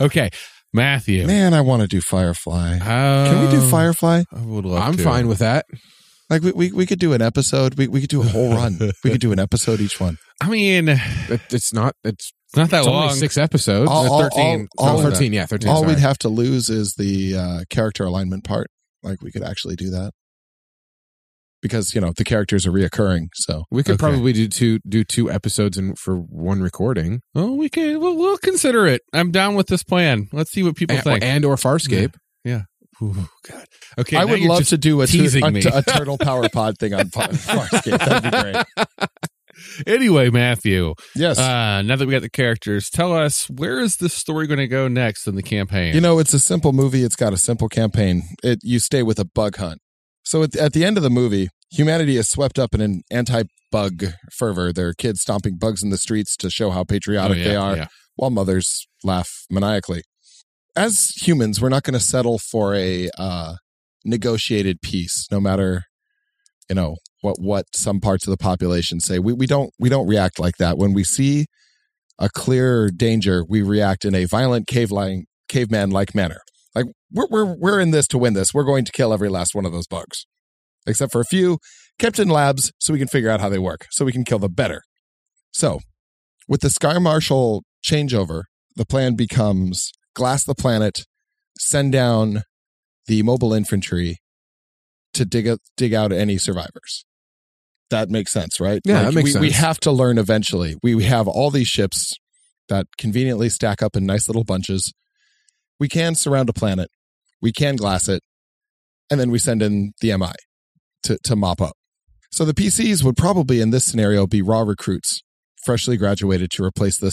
Speaker 3: okay, Matthew.
Speaker 4: man i want to do firefly
Speaker 3: How-
Speaker 4: can we do firefly
Speaker 3: I would love.
Speaker 5: I'm
Speaker 3: to.
Speaker 5: fine with that.
Speaker 4: like we, we, we could do an episode we, we could do a whole run we could do an episode each one
Speaker 3: I mean, it's
Speaker 5: It, it's not. It's,
Speaker 3: not that
Speaker 5: it's
Speaker 3: long.
Speaker 5: only six episodes.
Speaker 4: All- all-
Speaker 5: 13.
Speaker 4: all- all-
Speaker 5: Oh, 13, Yeah, thirteen.
Speaker 4: all
Speaker 5: sorry.
Speaker 4: we'd have to lose is the uh, character alignment part. Like we could actually do that because you know the characters are reoccurring. So
Speaker 5: we could
Speaker 3: Okay.
Speaker 5: probably do two do two episodes in for one recording,
Speaker 3: Oh, we can. We'll, we'll consider it. I'm down with this plan. Let's see what people
Speaker 5: and,
Speaker 3: think.
Speaker 5: and or Farscape.
Speaker 3: Ooh, God. Okay,
Speaker 4: I
Speaker 3: now
Speaker 4: would
Speaker 3: you're
Speaker 4: love
Speaker 3: just-
Speaker 4: to do a, tu-
Speaker 3: teasing
Speaker 4: a,
Speaker 3: me.
Speaker 4: a turtle power pod thing on Far- Farscape. That'd be
Speaker 3: Oh,
Speaker 4: great.
Speaker 3: Anyway, Matthew.
Speaker 4: Yes.
Speaker 3: Uh, now that we got the characters, tell us where is this story going to go next in the campaign?
Speaker 4: you know, it's a simple movie. It's got a simple campaign. It you stay with a bug hunt. So at, at the end of the movie, humanity is swept up in an anti-bug fervor. There are kids stomping bugs in the streets to show how
Speaker 3: Oh,
Speaker 4: patriotic
Speaker 3: yeah,
Speaker 4: they are.
Speaker 3: yeah.
Speaker 4: while mothers laugh maniacally. As humans, we're not going to settle for a uh, negotiated peace, no matter you know what what some parts of the population say. We we don't we don't react like that. When we see a clear danger, we react in a violent cave lying caveman like manner. Like we're we're we're in this to win this. We're going to kill every last one of those bugs, except for a few kept in labs, so we can figure out how they work, so we can kill them better. So with the Sky Marshal changeover, the plan becomes glass the planet, send down the mobile infantry to dig a, dig out any survivors. That makes sense, right?
Speaker 5: Yeah, that makes
Speaker 4: we, We
Speaker 5: sense.
Speaker 4: have to learn eventually. We, we have all these ships that conveniently stack up in nice little bunches. We can surround a planet, we can glass it, and then we send in the MI to, to mop up. So the PCs would probably, in this scenario, be raw recruits freshly graduated to replace the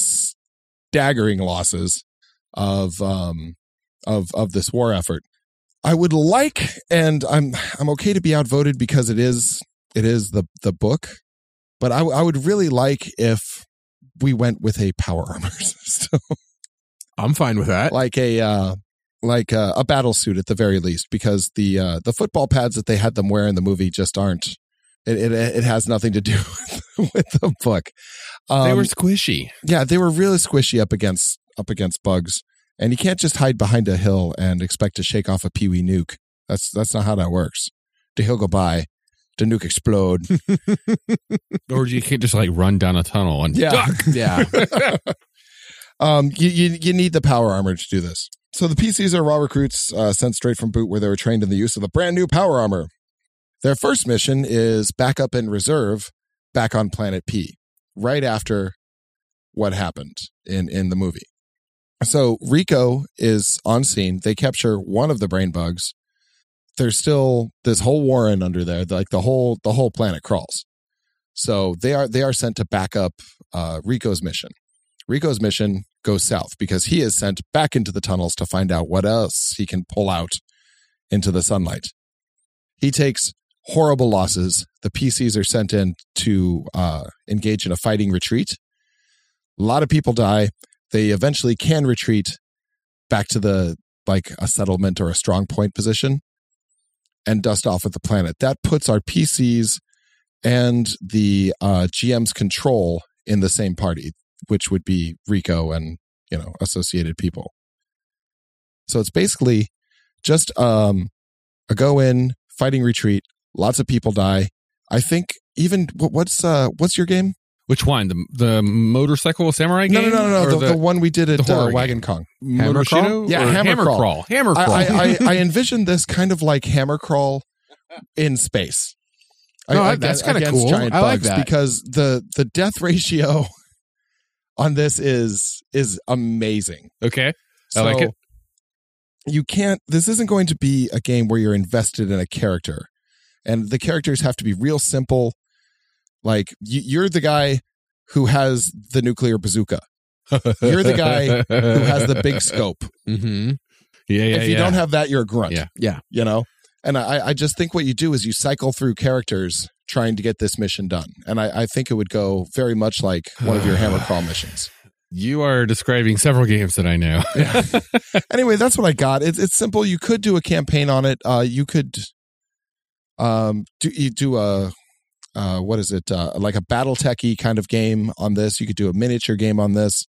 Speaker 4: staggering losses of um of of this war effort. I would like and I'm I'm okay to be outvoted because it is it is the the book, but I I would really like if we went with a power armor system,
Speaker 5: I'm fine with that.
Speaker 4: like a uh like a, a battle suit at the very least because the uh the football pads that they had them wear in the movie just aren't it it, it has nothing to do with, with the book.
Speaker 3: they
Speaker 4: Um,
Speaker 3: were squishy.
Speaker 4: yeah, they were really squishy up against up against bugs, and you can't just hide behind a hill and expect to shake off a pee wee nuke. That's that's not how that works. The hill go by, the nuke explode.
Speaker 3: Or you can't just like run down a tunnel and
Speaker 5: yeah,
Speaker 4: um, you, you you need the power armor to do this. So the PCs are raw recruits uh, sent straight from boot, where they were trained in the use of the brand new power armor. Their first mission is backup and reserve back on planet P, right after what happened in in the movie. So Rico is on scene. They capture one of the brain bugs. There's still this whole warren under there. Like the whole the whole planet crawls. So they are they are sent to back up uh, Rico's mission. Rico's mission goes south because he is sent back into the tunnels to find out what else he can pull out into the sunlight. He takes horrible losses. The PCs are sent in to uh, engage in a fighting retreat. A lot of people die. They eventually can retreat back to the like a settlement or a strong point position and dust off with the planet. That puts our PCs and the uh, GM's control in the same party which would be Rico and you know associated people. So it's basically just um, a go in fighting retreat. Lots of people die. I think even what, what's uh, what's your game?
Speaker 3: Which one? The the motorcycle samurai
Speaker 4: No,
Speaker 3: game?
Speaker 4: no, no, no,
Speaker 3: Or
Speaker 4: no. The, the, one we did at
Speaker 3: the horror
Speaker 4: uh,
Speaker 3: game?
Speaker 4: Wagon Kong.
Speaker 5: Hammer
Speaker 3: Motor
Speaker 5: Crawl?
Speaker 3: Bushido
Speaker 4: Yeah,
Speaker 3: or
Speaker 4: Hammer Crawl.
Speaker 3: Hammer Crawl.
Speaker 4: I, I, I, I envisioned this kind of like hammer crawl in space.
Speaker 5: No,
Speaker 4: like
Speaker 5: that's
Speaker 4: that
Speaker 5: kinda
Speaker 4: against
Speaker 5: cool.
Speaker 4: Giant
Speaker 5: I like
Speaker 4: bugs
Speaker 5: that.
Speaker 4: because the the death ratio on this is is amazing.
Speaker 3: Okay. I like it.
Speaker 4: You can't. This isn't going to be a game where you're invested in a character, and the characters have to be real simple. Like you, you're the guy who has the nuclear bazooka, You're the guy who has the big scope.
Speaker 5: Mm-hmm.
Speaker 3: Yeah, yeah,
Speaker 4: if you
Speaker 3: yeah.
Speaker 4: don't have that, you're a grunt.
Speaker 3: Yeah.
Speaker 5: Yeah.
Speaker 4: You know? And I, I just think what you do is you cycle through characters trying to get this mission done. And I, I think it would go very much like one of your hammer crawl missions.
Speaker 3: you are describing several games that I know.
Speaker 4: Anyway, that's what I got. It's it's simple. You could do a campaign on it. Uh you could um do you do a uh what is it? Uh like a battletechy kind of game on this. You could do a miniature game on this.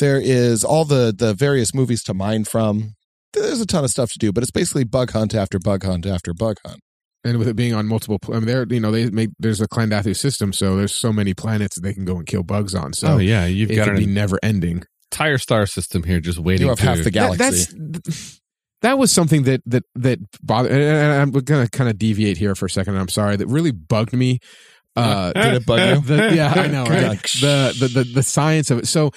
Speaker 4: There is all the the various movies to mine from. There's a ton of stuff to do, but it's basically bug hunt after bug hunt after bug hunt.
Speaker 5: And with it being on multiple, pl- I mean, there you know they make there's a Clandathu system, so there's so many planets that they can go and kill bugs on. So
Speaker 3: oh yeah, you've
Speaker 5: it
Speaker 3: got
Speaker 5: could
Speaker 3: an
Speaker 5: be never ending.
Speaker 3: entire star system here just waiting.
Speaker 4: You have
Speaker 3: to,
Speaker 4: half the galaxy.
Speaker 5: That, that's that was something that that that bothered. And I'm gonna kind of deviate here for a second. I'm sorry. That really bugged me. Uh,
Speaker 4: Did it bug you?
Speaker 5: the, yeah, I know. Right? The,
Speaker 4: Good.
Speaker 5: the the the science of it. So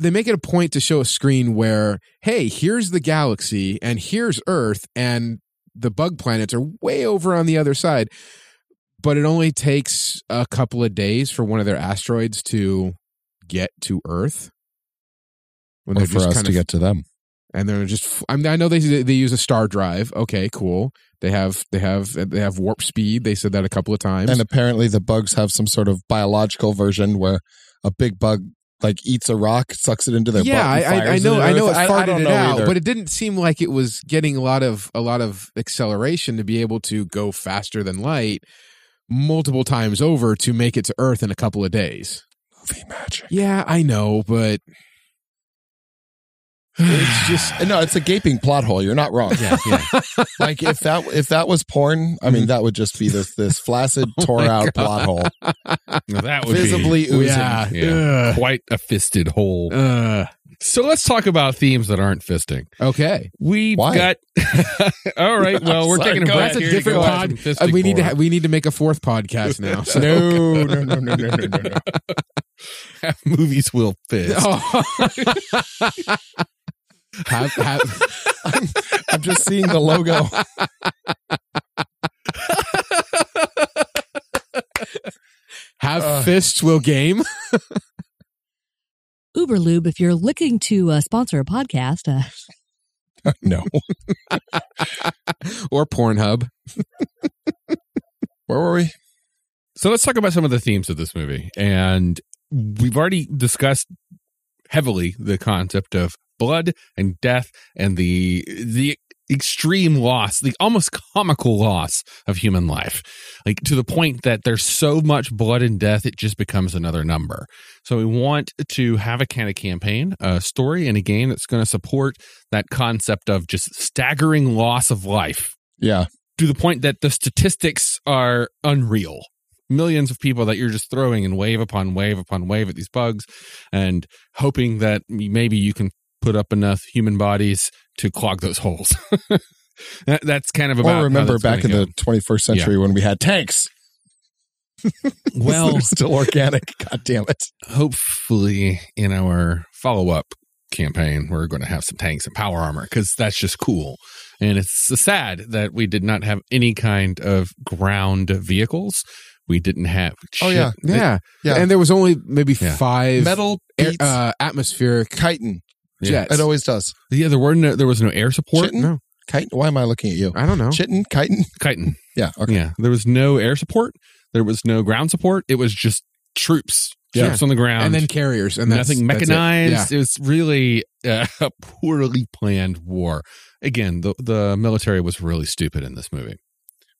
Speaker 5: they make it a point to show a screen where, hey, here's the galaxy and here's Earth, and the bug planets are way over on the other side. But it only takes a couple of days for one of their asteroids to get to Earth. When
Speaker 4: Or
Speaker 5: they're
Speaker 4: for
Speaker 5: just
Speaker 4: us
Speaker 5: kind
Speaker 4: to
Speaker 5: of
Speaker 4: get to them.
Speaker 5: and they're just I mean I know they they use a star drive. Okay, cool. They have they have they have warp speed. They said that a couple of times.
Speaker 4: And apparently the bugs have some sort of biological version where a big bug like eats a rock, sucks it into their
Speaker 5: yeah,
Speaker 4: butt.
Speaker 5: I,
Speaker 4: and
Speaker 5: I, I
Speaker 4: fires
Speaker 5: know
Speaker 4: it at
Speaker 5: I know it
Speaker 4: Earth.
Speaker 5: farted
Speaker 4: don't
Speaker 5: it
Speaker 4: know
Speaker 5: out,
Speaker 4: either.
Speaker 5: but it didn't seem like it was getting a lot of a lot of acceleration to be able to go faster than light multiple times over to make it to Earth in a couple of days.
Speaker 4: movie magic.
Speaker 5: Yeah, I know, but
Speaker 4: It's just Uh, no, it's a gaping plot hole. You're not wrong. like if that if that was porn, I mean that would just be this this flaccid tore out plot hole.
Speaker 3: Now, that would
Speaker 4: Visibly oozing.
Speaker 5: yeah,
Speaker 3: be quite a fisted hole.
Speaker 5: Ugh.
Speaker 4: Uh.
Speaker 5: Ugh.
Speaker 3: So let's talk about themes that aren't fisting.
Speaker 5: okay.
Speaker 3: We've
Speaker 4: Why?
Speaker 3: got. all right. Well, we're
Speaker 4: Sorry,
Speaker 3: taking a
Speaker 4: go
Speaker 3: break.
Speaker 5: That's a
Speaker 3: here to
Speaker 5: different
Speaker 3: go have
Speaker 5: pod.
Speaker 3: some
Speaker 5: Uh,
Speaker 3: fisting
Speaker 5: we need to
Speaker 3: for
Speaker 5: ha- we need to make a fourth podcast now. So.
Speaker 4: No, no, no, no, no, no, no, no.
Speaker 3: movies will fist.
Speaker 5: Oh. have, have,
Speaker 4: I'm just seeing the logo.
Speaker 5: have
Speaker 4: Uh.
Speaker 5: fists will game.
Speaker 1: Uberlube, if you're looking to uh, sponsor a podcast, uh,
Speaker 4: No.
Speaker 5: or Pornhub.
Speaker 4: Where were we?
Speaker 3: So let's talk about some of the themes of this movie. And we've already discussed heavily the concept of blood and death and the the extreme loss, the almost comical loss of human life. Like to the point that there's so much blood and death it just becomes another number. So we want to have a kind of campaign, a story and a game that's going to support that concept of just staggering loss of life
Speaker 4: Yeah.
Speaker 3: to the point that the statistics are unreal. Millions of people that you're just throwing in wave upon wave upon wave at these bugs and hoping that maybe you can put up enough human bodies to clog those holes. That- that's kind of about.
Speaker 4: Or
Speaker 3: how
Speaker 4: remember
Speaker 3: that's
Speaker 4: back in
Speaker 3: gonna
Speaker 4: the 21st century when we had tanks.
Speaker 3: go. well,
Speaker 4: They're still organic. God damn it.
Speaker 3: hopefully in our follow up campaign, we're going to have some tanks and power armor because that's just cool. And it's sad that we did not have any kind of ground vehicles. We didn't have.
Speaker 4: Oh, yeah.
Speaker 3: They-
Speaker 5: Yeah.
Speaker 4: Yeah.
Speaker 5: And there was only maybe
Speaker 3: Yeah.
Speaker 5: five
Speaker 4: Metal
Speaker 5: air,
Speaker 4: beats
Speaker 5: uh, atmospheric
Speaker 4: chitin.
Speaker 5: jets.
Speaker 4: It always does.
Speaker 3: Yeah, there were no, there was no air support.
Speaker 4: Chitin?
Speaker 5: no.
Speaker 4: Chitin? Why am I looking at you?
Speaker 5: I
Speaker 3: Oh.
Speaker 5: don't know.
Speaker 4: Chitin? Chitin?
Speaker 3: Chitin.
Speaker 4: Yeah. Okay.
Speaker 3: Yeah, there was no air support. There was no ground support. It was just troops,
Speaker 5: Yeah.
Speaker 3: troops on the ground,
Speaker 5: And then carriers and that's,
Speaker 3: nothing
Speaker 5: that's it.
Speaker 3: mechanized. It. was really uh, a poorly planned war. Again, the the military was really stupid in this movie.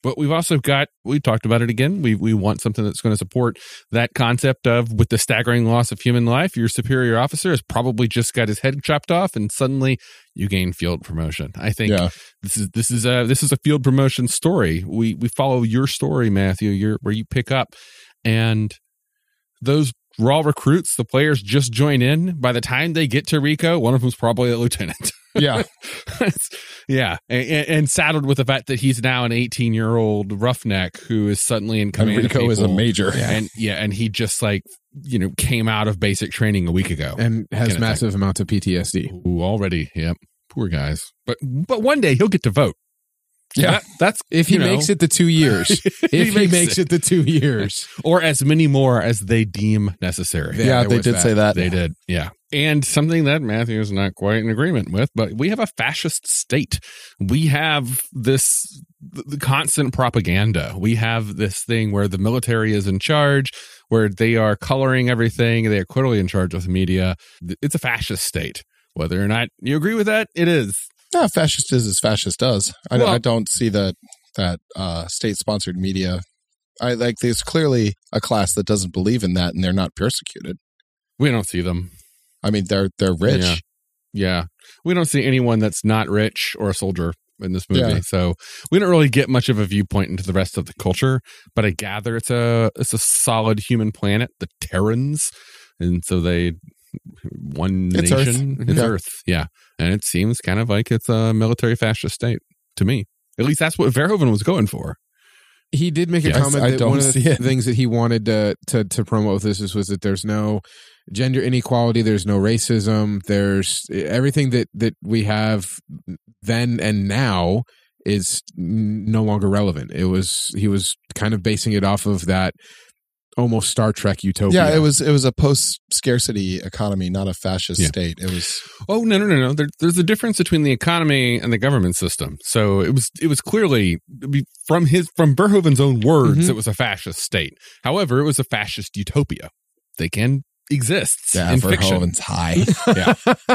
Speaker 3: But we've also got we talked about it again. We we want something that's going to support that concept of with the staggering loss of human life, your superior officer has probably just got his head chopped off, and suddenly you gain field promotion. I think
Speaker 4: Yeah.
Speaker 3: this is this is a this is a field promotion story. We we follow your story, Matthew. Your where you pick up, and those raw recruits, the players just join in. By the time they get to Rico, one of them's probably a lieutenant.
Speaker 4: Yeah.
Speaker 3: It's- Yeah, and, and, and saddled with the fact that he's now an 18 year old roughneck who is suddenly in
Speaker 4: And
Speaker 3: command. of
Speaker 4: Rico is a
Speaker 3: people.
Speaker 4: major.
Speaker 3: Yeah, and yeah, and he just like you know came out of basic training a week ago.
Speaker 5: and
Speaker 3: Kinda
Speaker 5: has
Speaker 3: thing.
Speaker 5: massive amounts of PTSD.
Speaker 3: Ooh, already, yep. Poor guys, but but one day he'll get to vote.
Speaker 4: Yeah.
Speaker 3: That- that's
Speaker 5: If he
Speaker 3: you know,
Speaker 5: makes it the two years, if he makes, it. the two years,
Speaker 3: or as many more as they deem necessary.
Speaker 5: Yeah,
Speaker 4: Uh, Yeah,
Speaker 5: there
Speaker 4: they
Speaker 5: was
Speaker 4: did
Speaker 5: that.
Speaker 4: say that.
Speaker 3: They did. Yeah. And something that Matthew is not quite in agreement with, but we have a fascist state. We have this th- the constant propaganda. We have this thing where the military is in charge, where they are coloring everything. They are clearly in charge of the media. Th- It's a fascist state. Whether or not you agree with that, it is.
Speaker 4: No, Ah, fascist is as fascist does. I,
Speaker 3: Well-
Speaker 4: I don't see that that uh, state sponsored media. I like there's clearly a class that doesn't believe in that, and they're not persecuted.
Speaker 3: We don't see them.
Speaker 4: I mean, they're they're rich.
Speaker 3: Yeah. Yeah. We don't see anyone that's not rich or a soldier in this movie.
Speaker 4: Yeah.
Speaker 3: So we don't really get much of a viewpoint into the rest of the culture, but I gather it's a it's a solid human planet, the Terrans. And so they one
Speaker 4: It's Earth.
Speaker 3: nation. It's
Speaker 4: Yeah.
Speaker 3: Earth. Yeah. And it seems kind of like it's a military fascist state to me. At least that's what Verhoeven was going for.
Speaker 5: he did make a
Speaker 4: Yes,
Speaker 5: comment
Speaker 4: I
Speaker 5: that
Speaker 4: don't
Speaker 5: one of the
Speaker 4: see it.
Speaker 5: things that he wanted to to, to promote with this is, was that there's no gender inequality, there's no racism, there's everything that that we have then and now is n- no longer relevant. It was he was kind of basing it off of that almost Star Trek
Speaker 3: Oh,
Speaker 5: utopia.
Speaker 4: Yeah, it was it was a post scarcity economy, not a fascist
Speaker 3: Yeah.
Speaker 4: state. It was
Speaker 3: Oh no no no no! There, there's a difference between the economy and the government system. So it was it was clearly from his from Verhoeven's own words,
Speaker 4: Mm-hmm.
Speaker 5: Mhm.
Speaker 3: it was a fascist state. However, it was a fascist utopia. They can exist in fiction.
Speaker 4: Verhoeven's high.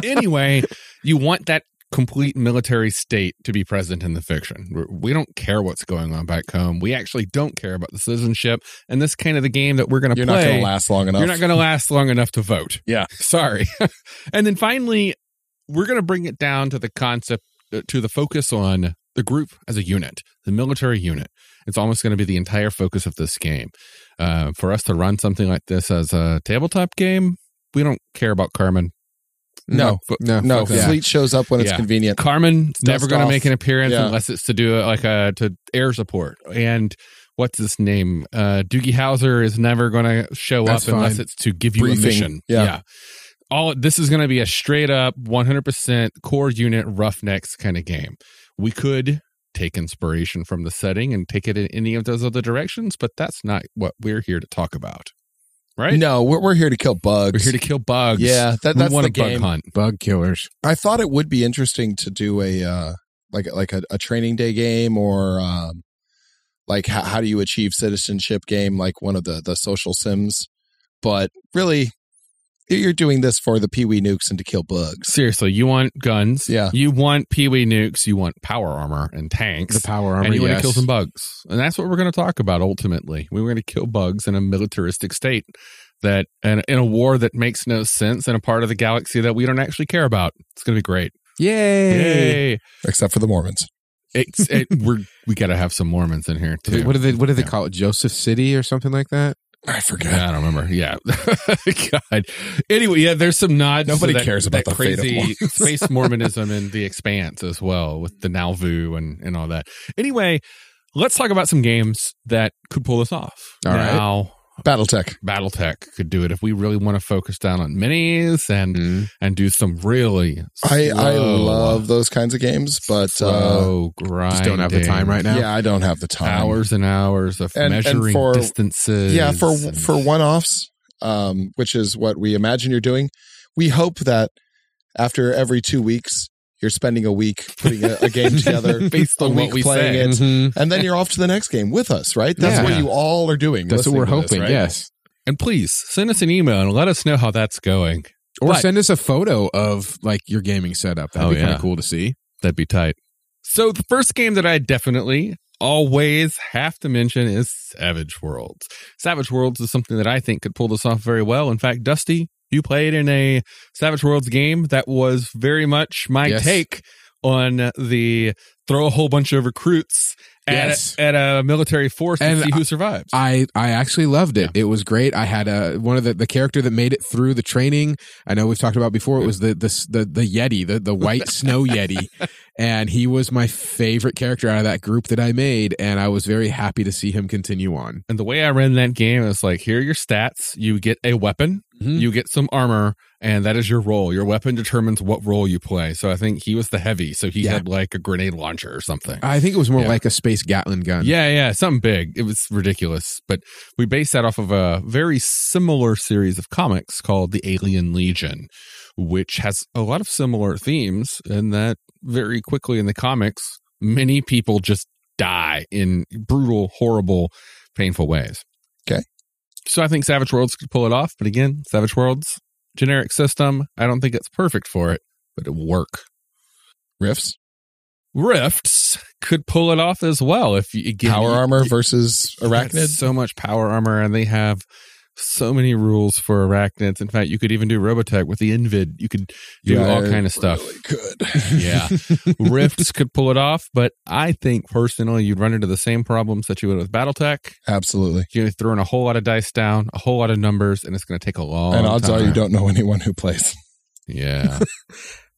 Speaker 3: anyway, you want that complete military state to be present in the fiction. We're- We don't care what's going on back home. We actually don't care about the citizenship. And this kind of the game that we're going to
Speaker 4: You're
Speaker 3: play.
Speaker 4: not going to last long enough.
Speaker 3: You're not going to last long enough to vote.
Speaker 4: Yeah.
Speaker 3: Sorry. and then finally, we're going to bring it down to the concept, uh, to the focus on the group as a unit, the military unit. It's almost going to be the entire focus of this game. Uh, for us to run something like this as a tabletop game, we don't care about Carmen.
Speaker 4: No.
Speaker 3: F-
Speaker 5: no,
Speaker 4: no,
Speaker 5: fuck that.
Speaker 4: fleet shows up when it's
Speaker 3: Yeah.
Speaker 4: convenient.
Speaker 3: Carmen is
Speaker 4: Dust
Speaker 3: never going to
Speaker 4: off.
Speaker 3: make an appearance
Speaker 4: Yeah.
Speaker 3: unless it's to do uh, like a to air support and. What's his name? Uh, Doogie Hauser is never going to show
Speaker 5: That's
Speaker 3: up unless
Speaker 5: fine.
Speaker 3: it's to give you
Speaker 4: Briefing.
Speaker 3: a mission.
Speaker 4: Yeah.
Speaker 3: All this is going to be a straight up 100% core unit roughnecks kind of game. We could take inspiration from the setting and take it in any of those other directions, but that's not what we're here to talk about. Right?
Speaker 4: No, we're, we're here to kill bugs.
Speaker 3: We're here to kill bugs.
Speaker 4: yeah, that,
Speaker 3: we
Speaker 4: that's
Speaker 3: want
Speaker 4: the
Speaker 3: a bug
Speaker 4: game.
Speaker 3: hunt.
Speaker 5: Bug killers.
Speaker 4: I thought it would be interesting to do a uh, like like a, a training day game or um, like how, how do you achieve citizenship game like one of the the social sims, but really you're doing this for the Pee Wee nukes and to kill bugs.
Speaker 3: Seriously, you want guns.
Speaker 4: Yeah.
Speaker 3: You want Pee Wee nukes. You want power armor and tanks.
Speaker 5: The power armor.
Speaker 3: and you want
Speaker 5: yes.
Speaker 3: to kill some bugs. And that's what we're going to talk about ultimately. We were going to kill bugs in a militaristic state that and in a war that makes no sense in a part of the galaxy that we don't actually care about. It's going to be great.
Speaker 5: Yay.
Speaker 3: Yay.
Speaker 4: Except for the Mormons.
Speaker 3: It's, it, we're, we got to have some Mormons in here too.
Speaker 5: What do they what do they
Speaker 3: Yeah.
Speaker 5: call it? Joseph City or something like that?
Speaker 4: I forget.
Speaker 3: Yeah, I don't remember. Yeah, God. Anyway, yeah, there's some nods. to
Speaker 4: Nobody
Speaker 3: that-
Speaker 4: cares about
Speaker 3: that
Speaker 4: the fate of
Speaker 3: crazy
Speaker 4: Mormons.
Speaker 3: space Mormonism and the Expanse as well with the Nauvoo and and all that. Anyway, let's talk about some games that could pull this off.
Speaker 5: All right.
Speaker 3: now,
Speaker 4: BattleTech.
Speaker 3: BattleTech could do it if we really want to focus down on minis and and do some really.
Speaker 4: Mm-hmm. I I
Speaker 3: slow-
Speaker 4: love those kinds of games, but uh,
Speaker 3: slow grind.
Speaker 5: Just don't have the time right now.
Speaker 4: yeah, I don't have the time.
Speaker 3: Hours and hours of
Speaker 4: And- and
Speaker 3: measuring
Speaker 4: for-
Speaker 3: distances.
Speaker 4: yeah for
Speaker 3: and-
Speaker 4: for one-offs um which is what we imagine you're doing we hope that after every two weeks you're spending a week putting a, a game together
Speaker 3: Based
Speaker 4: a
Speaker 3: on what
Speaker 4: week
Speaker 3: we Mm-hmm.
Speaker 4: playing
Speaker 3: say.
Speaker 4: it
Speaker 5: Mhm.
Speaker 4: and then you're off to the next game with us right that's
Speaker 5: Yeah.
Speaker 4: what you all are doing
Speaker 5: That's what we're
Speaker 4: listening to this,
Speaker 5: hoping.
Speaker 4: right?
Speaker 5: Yes.
Speaker 3: And please send us an email and let us know how that's going.
Speaker 5: Or
Speaker 3: But-
Speaker 5: send us a photo of like your gaming setup. That'd
Speaker 3: Oh,
Speaker 5: be kind
Speaker 3: yeah.
Speaker 5: of cool to see.
Speaker 3: That'd be tight. So the first game that I definitely always have to mention is Savage Worlds. Savage Worlds is something that I think could pull this off very well. In fact, Dusty, you played in a Savage Worlds game that was very much my
Speaker 5: Yes.
Speaker 3: take on the throw a whole bunch of recruits at,
Speaker 5: Yes.
Speaker 3: at a military force and
Speaker 5: And
Speaker 3: see who survives.
Speaker 5: I I actually loved it. It was great. I had a one of the the character that made it through the training. I know we've talked about before. It was the the the, the yeti, the the white snow yeti, and he was my favorite character out of that group that I made, and I was very happy to see him continue on.
Speaker 3: And the way I ran that game is like, here are your stats. You get a weapon,
Speaker 5: Mhm.
Speaker 3: you get some armor, and that is your role. Your weapon determines what role you play. So I think he was the heavy, so he
Speaker 5: Yeah.
Speaker 3: had like a grenade launcher or something.
Speaker 5: I think it was more
Speaker 3: Yeah.
Speaker 5: like a space Gatlin gun.
Speaker 3: Yeah, yeah, something big. It was ridiculous. But we based that off of a very similar series of comics called The Alien Legion, which has a lot of similar themes, and that very quickly in the comics, many people just die in brutal, horrible, painful ways.
Speaker 4: Okay.
Speaker 3: So I think Savage Worlds could pull it off, but again, Savage Worlds, generic system. I don't think it's perfect for it, but it'll work.
Speaker 4: Riffs,
Speaker 3: Rifts could pull it off as well if you again,
Speaker 4: power
Speaker 3: you-
Speaker 4: armor versus
Speaker 3: That's
Speaker 4: arachnid.
Speaker 3: so much power armor, and they have so many rules for arachnids. In fact, you could even do Robotech with the Invid. You could do
Speaker 4: You
Speaker 3: all
Speaker 4: are
Speaker 3: kind of stuff.
Speaker 4: Really good.
Speaker 3: Yeah, Rifts could pull it off, but I think personally, you'd run into the same problems that you would with BattleTech.
Speaker 4: Absolutely.
Speaker 3: You're throwing a whole lot of dice down, a whole lot of numbers, and it's going to take a long.
Speaker 4: and odds are you
Speaker 3: time.
Speaker 4: don't know anyone who plays.
Speaker 3: Yeah.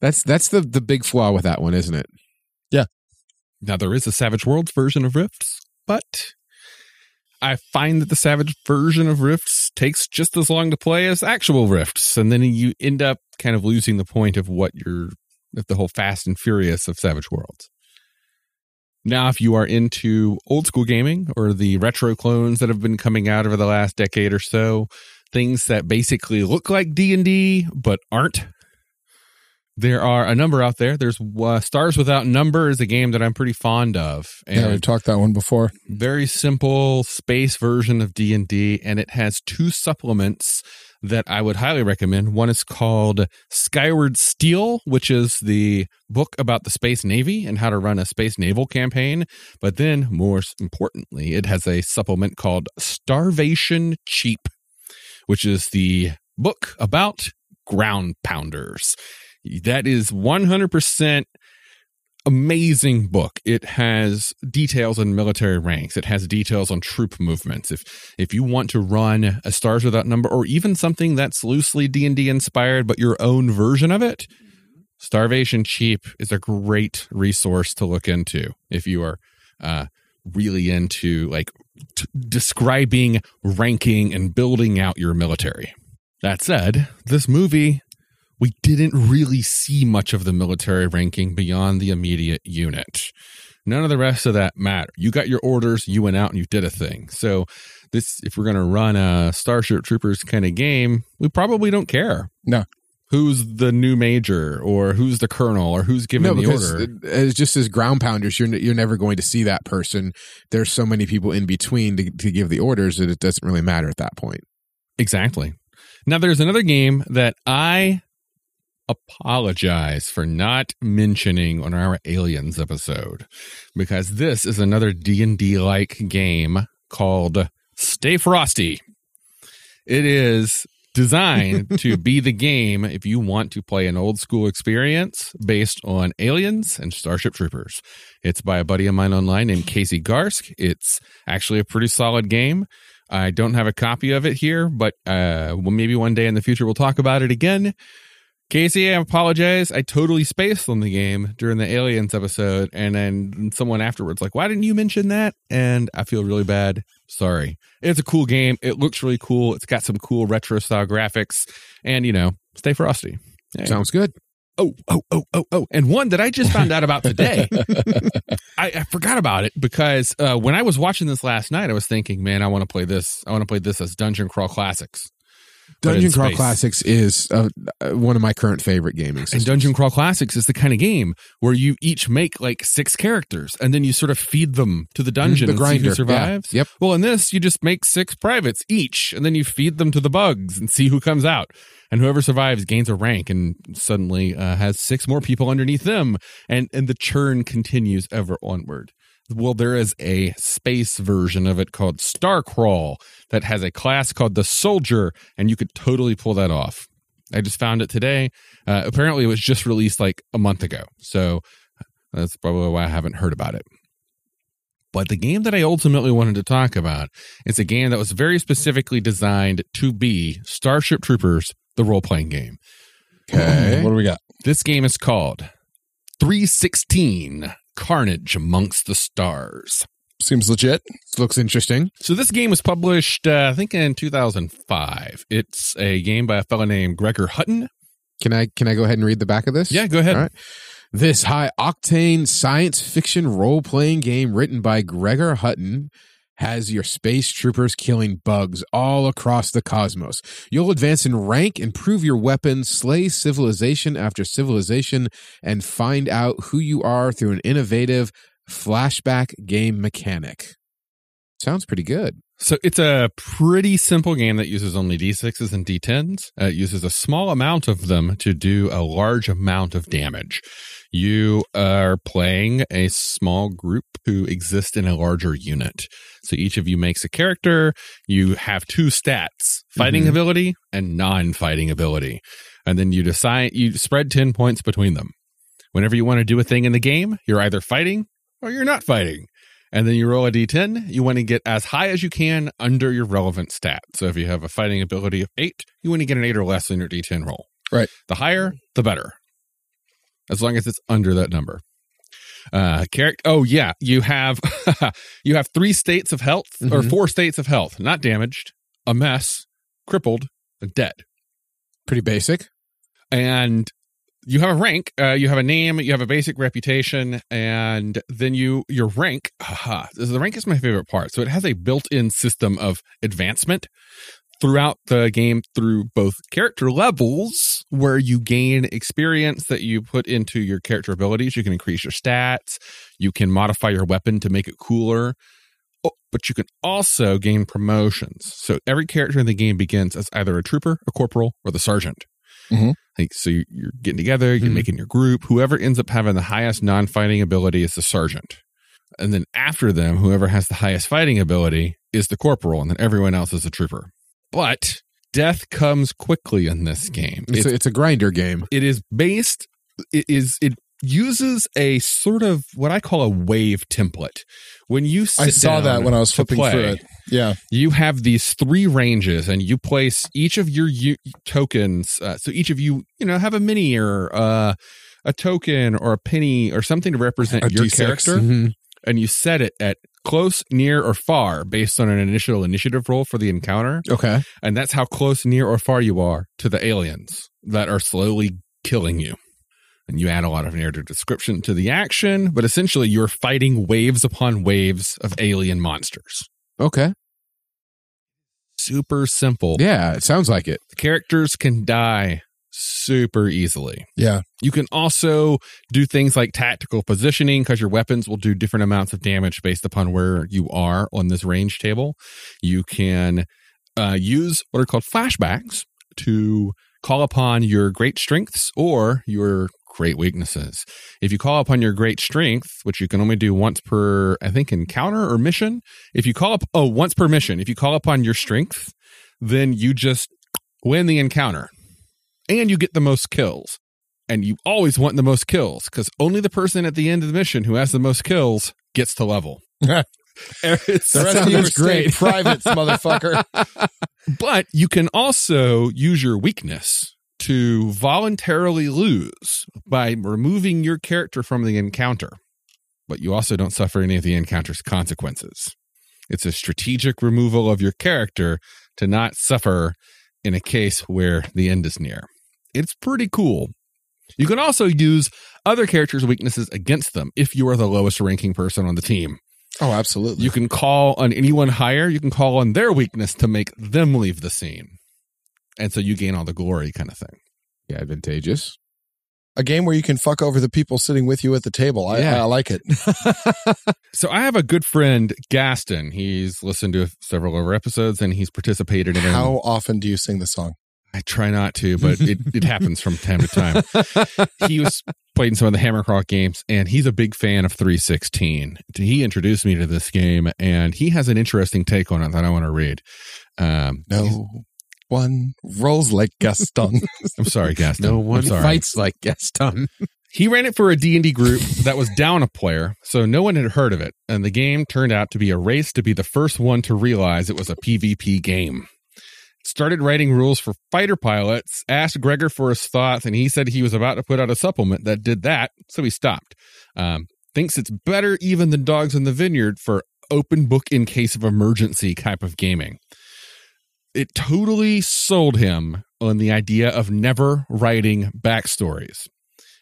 Speaker 5: That's that's the the big flaw with that one, isn't it?
Speaker 3: now there is a Savage Worlds version of Rifts, but. I find that the Savage version of Rifts takes just as long to play as actual Rifts, and then you end up kind of losing the point of what you're, of the whole Fast and Furious of Savage Worlds. Now, if you are into old school gaming or the retro clones that have been coming out over the last decade or so, things that basically look like D and D but aren't. There are a number out there. There's uh, Stars Without Number is a game that I'm pretty fond of,
Speaker 4: Yeah, we've talked that one before.
Speaker 3: very simple space version of d&d and it has two supplements that i would highly recommend one is called skyward steel which is the book about the space navy and how to run a space naval campaign but then more importantly it has a supplement called starvation cheap which is the book about ground pounders that is 100% amazing book. It has details on military ranks. It has details on troop movements. If if you want to run a Stars Without Number or even something that's loosely D&D inspired but your own version of it, Starvation Cheap is a great resource to look into if you are uh really into like t- describing ranking and building out your military. That said, this movie we didn't really see much of the military ranking beyond the immediate unit. None of the rest of that mattered. You got your orders, you went out and you did a thing. So this if we're going to run a Starship Troopers kind of game, we probably don't care.
Speaker 4: No.
Speaker 3: Who's the new major or who's the colonel or who's giving
Speaker 5: no,
Speaker 3: the
Speaker 5: because
Speaker 3: order?
Speaker 5: it- it's just as ground pounders, you're n- you're never going to see that person. There's so many people in between to, to give the orders that it doesn't really matter at that point.
Speaker 3: Exactly. Now, there's another game that I apologize for not mentioning on our Aliens episode because this is another D&D like game called Stay Frosty. It is designed to be the game if you want to play an old school experience based on Aliens and Starship Troopers. It's by a buddy of mine online named Casey Garsk. It's actually a pretty solid game. I don't have a copy of it here, but uh, well, maybe one day in the future we'll talk about it again. Casey, I apologize. I totally spaced on the game during the Aliens episode, and then someone afterwards like, "Why didn't you mention that?" And I feel really bad. Sorry. It's a cool game. It looks really cool. It's got some cool retro style graphics, and you know, stay frosty. Yeah.
Speaker 5: Sounds good.
Speaker 3: Oh, oh, oh, oh, oh. And one that I just found out about today. I, I forgot about it because uh, when I was watching this last night, I was thinking, man, I want to play this. I want to play this as Dungeon Crawl Classics. But in
Speaker 5: Dungeon Crawl
Speaker 3: space.
Speaker 5: Classics is uh, uh, one of my current favorite gaming.
Speaker 3: And
Speaker 5: systems.
Speaker 3: Dungeon Crawl Classics is the kind of game where you each make like six characters and then you sort of feed them to the dungeon
Speaker 5: the
Speaker 3: and see who
Speaker 5: grinder yeah.
Speaker 3: survives.
Speaker 5: Yep.
Speaker 3: Well, in this, you just make six privates each, and then you feed them to the bugs and see who comes out. And whoever survives gains a rank and suddenly uh, has six more people underneath them. And, and the churn continues ever onward. Well, there is a space version of it called Star Crawl that has a class called the Soldier, and you could totally pull that off. I just found it today. Uh, apparently, it was just released like a month ago. So uh, that's probably why I haven't heard about it. But the game that I ultimately wanted to talk about is a game that was very specifically designed to be Starship Troopers, the role playing game.
Speaker 5: Okay.
Speaker 4: What do we got?
Speaker 3: This game is called 316 Carnage Amongst the Stars.
Speaker 4: Seems legit.
Speaker 5: This looks interesting.
Speaker 3: So this game was published, uh, I think, in 2005. It's a game by a fellow named Gregor Hutton.
Speaker 5: Can I can I go ahead and read the back of this?
Speaker 3: Yeah, go ahead.
Speaker 5: All right. This high octane science fiction role playing game written by Gregor Hutton has your space troopers killing bugs all across the cosmos. You'll advance in rank, improve your weapons, slay civilization after civilization, and find out who you are through an innovative flashback game mechanic. Sounds pretty good.
Speaker 3: So it's a pretty simple game that uses only d6s and d10s. Uh, it uses a small amount of them to do a large amount of damage. You are playing a small group who exist in a larger unit. So each of you makes a character. You have two stats, fighting
Speaker 5: Mhm.
Speaker 3: ability and non-fighting ability. And then you decide, you spread 10 points between them. Whenever you want to do a thing in the game, you're either fighting or you're not fighting and then you roll a d10. You want to get as high as you can under your relevant stat. So if you have a fighting ability of eight, you want to get an eight or less in your d10 roll.
Speaker 4: Right.
Speaker 3: The higher, the better. As long as it's under that number. Uh, character. Oh yeah, you have you have three states of health or
Speaker 5: Mhm.
Speaker 3: four states of health, not damaged, a mess, crippled, and dead
Speaker 5: Pretty basic.
Speaker 3: and you have a rank uh, you have a name you have a basic reputation and then you your rank aha, this is- the rank is my favorite part so it has a built-in system of advancement throughout the game through both character levels where you gain experience that you put into your character abilities you can increase your stats you can modify your weapon to make it cooler Oh, but you can also gain promotions so every character in the game begins as either a trooper a corporal or the sergeant like, so you- you're getting together, you're
Speaker 5: Mhm.
Speaker 3: making your group. Whoever ends up having the highest non fighting ability is the sergeant. And then after them, whoever has the highest fighting ability is the corporal, and then everyone else is a trooper. But death comes quickly in this game.
Speaker 5: It's, a, it's a grinder game.
Speaker 3: It is based. It is. It uses a sort of what I call a wave template. When you sit
Speaker 4: I saw
Speaker 3: down
Speaker 4: that when I was
Speaker 3: to
Speaker 4: flipping
Speaker 3: play,
Speaker 4: through it. Yeah.
Speaker 3: you have these three ranges and you place each of your u- tokens uh, so each of you you know have a mini or uh, a token or a penny or something to represent
Speaker 4: A Mm-hmm.
Speaker 3: your
Speaker 4: D6.
Speaker 3: character
Speaker 5: Mhm.
Speaker 3: and you set it at close near or far based on an initial initiative roll for the encounter
Speaker 5: Okay.
Speaker 3: and that's how close near or far you are to the aliens that are slowly killing you and you add a lot of narrative description to the action but essentially you're fighting waves upon waves of alien monsters
Speaker 5: Okay.
Speaker 3: super simple
Speaker 5: Yeah, it sounds like it.
Speaker 3: The characters can die super easily.
Speaker 4: Yeah.
Speaker 3: You can also do things like tactical positioning because your weapons will do different amounts of damage based upon where you are on this range table. You can uh, use what are called flashbacks to call upon your great strengths or your great weaknesses. If you call upon your great strength, which you can only do once per, I think, encounter or mission, if you call up, oh, once per mission, if you call upon your strength, then you just win the encounter and you get the most kills. And you always want the most kills because only the person at the end of the mission who has the most kills gets to level. It's-
Speaker 4: The rest of
Speaker 5: sounds
Speaker 4: you are staying
Speaker 5: great.
Speaker 4: privates, motherfucker.
Speaker 3: But you can also use your weakness to voluntarily lose by removing your character from the encounter. But you also don't suffer any of the encounter's consequences. It's a strategic removal of your character to not suffer in a case where the end is near. It's pretty cool. You can also use other characters' weaknesses against them if you are the lowest ranking person on the team.
Speaker 4: Oh, absolutely.
Speaker 3: You can call on anyone higher. You can call on their weakness to make them leave the scene. And so you gain all the glory kind of thing.
Speaker 5: Yeah, advantageous.
Speaker 4: a game where you can fuck over the people sitting with you at the table. I,
Speaker 5: Yeah.
Speaker 4: I like it.
Speaker 3: So I have a good friend, Gaston. He's listened to several of our episodes and he's participated in
Speaker 4: How often do you sing the song?
Speaker 3: I try not to, but it, it happens from time to time. he was playing some of the Hammercroft games, and he's a big fan of 316. He introduced me to this game, and he has an interesting take on it that I want to read. Um,
Speaker 4: No one rolls like Gaston.
Speaker 3: I'm sorry, Gaston.
Speaker 5: No
Speaker 3: I'm
Speaker 5: one
Speaker 3: sorry.
Speaker 5: fights like Gaston.
Speaker 3: He ran it for a D&D group that was down a player, so no one had heard of it, and the game turned out to be a race to be the first one to realize it was a PvP game. started writing rules for fighter pilots, asked Gregor for his thoughts, and he said he was about to put out a supplement that did that, so he stopped. Um, thinks it's better even than Dogs in the Vineyard for open book in case of emergency type of gaming. It totally sold him on the idea of never writing backstories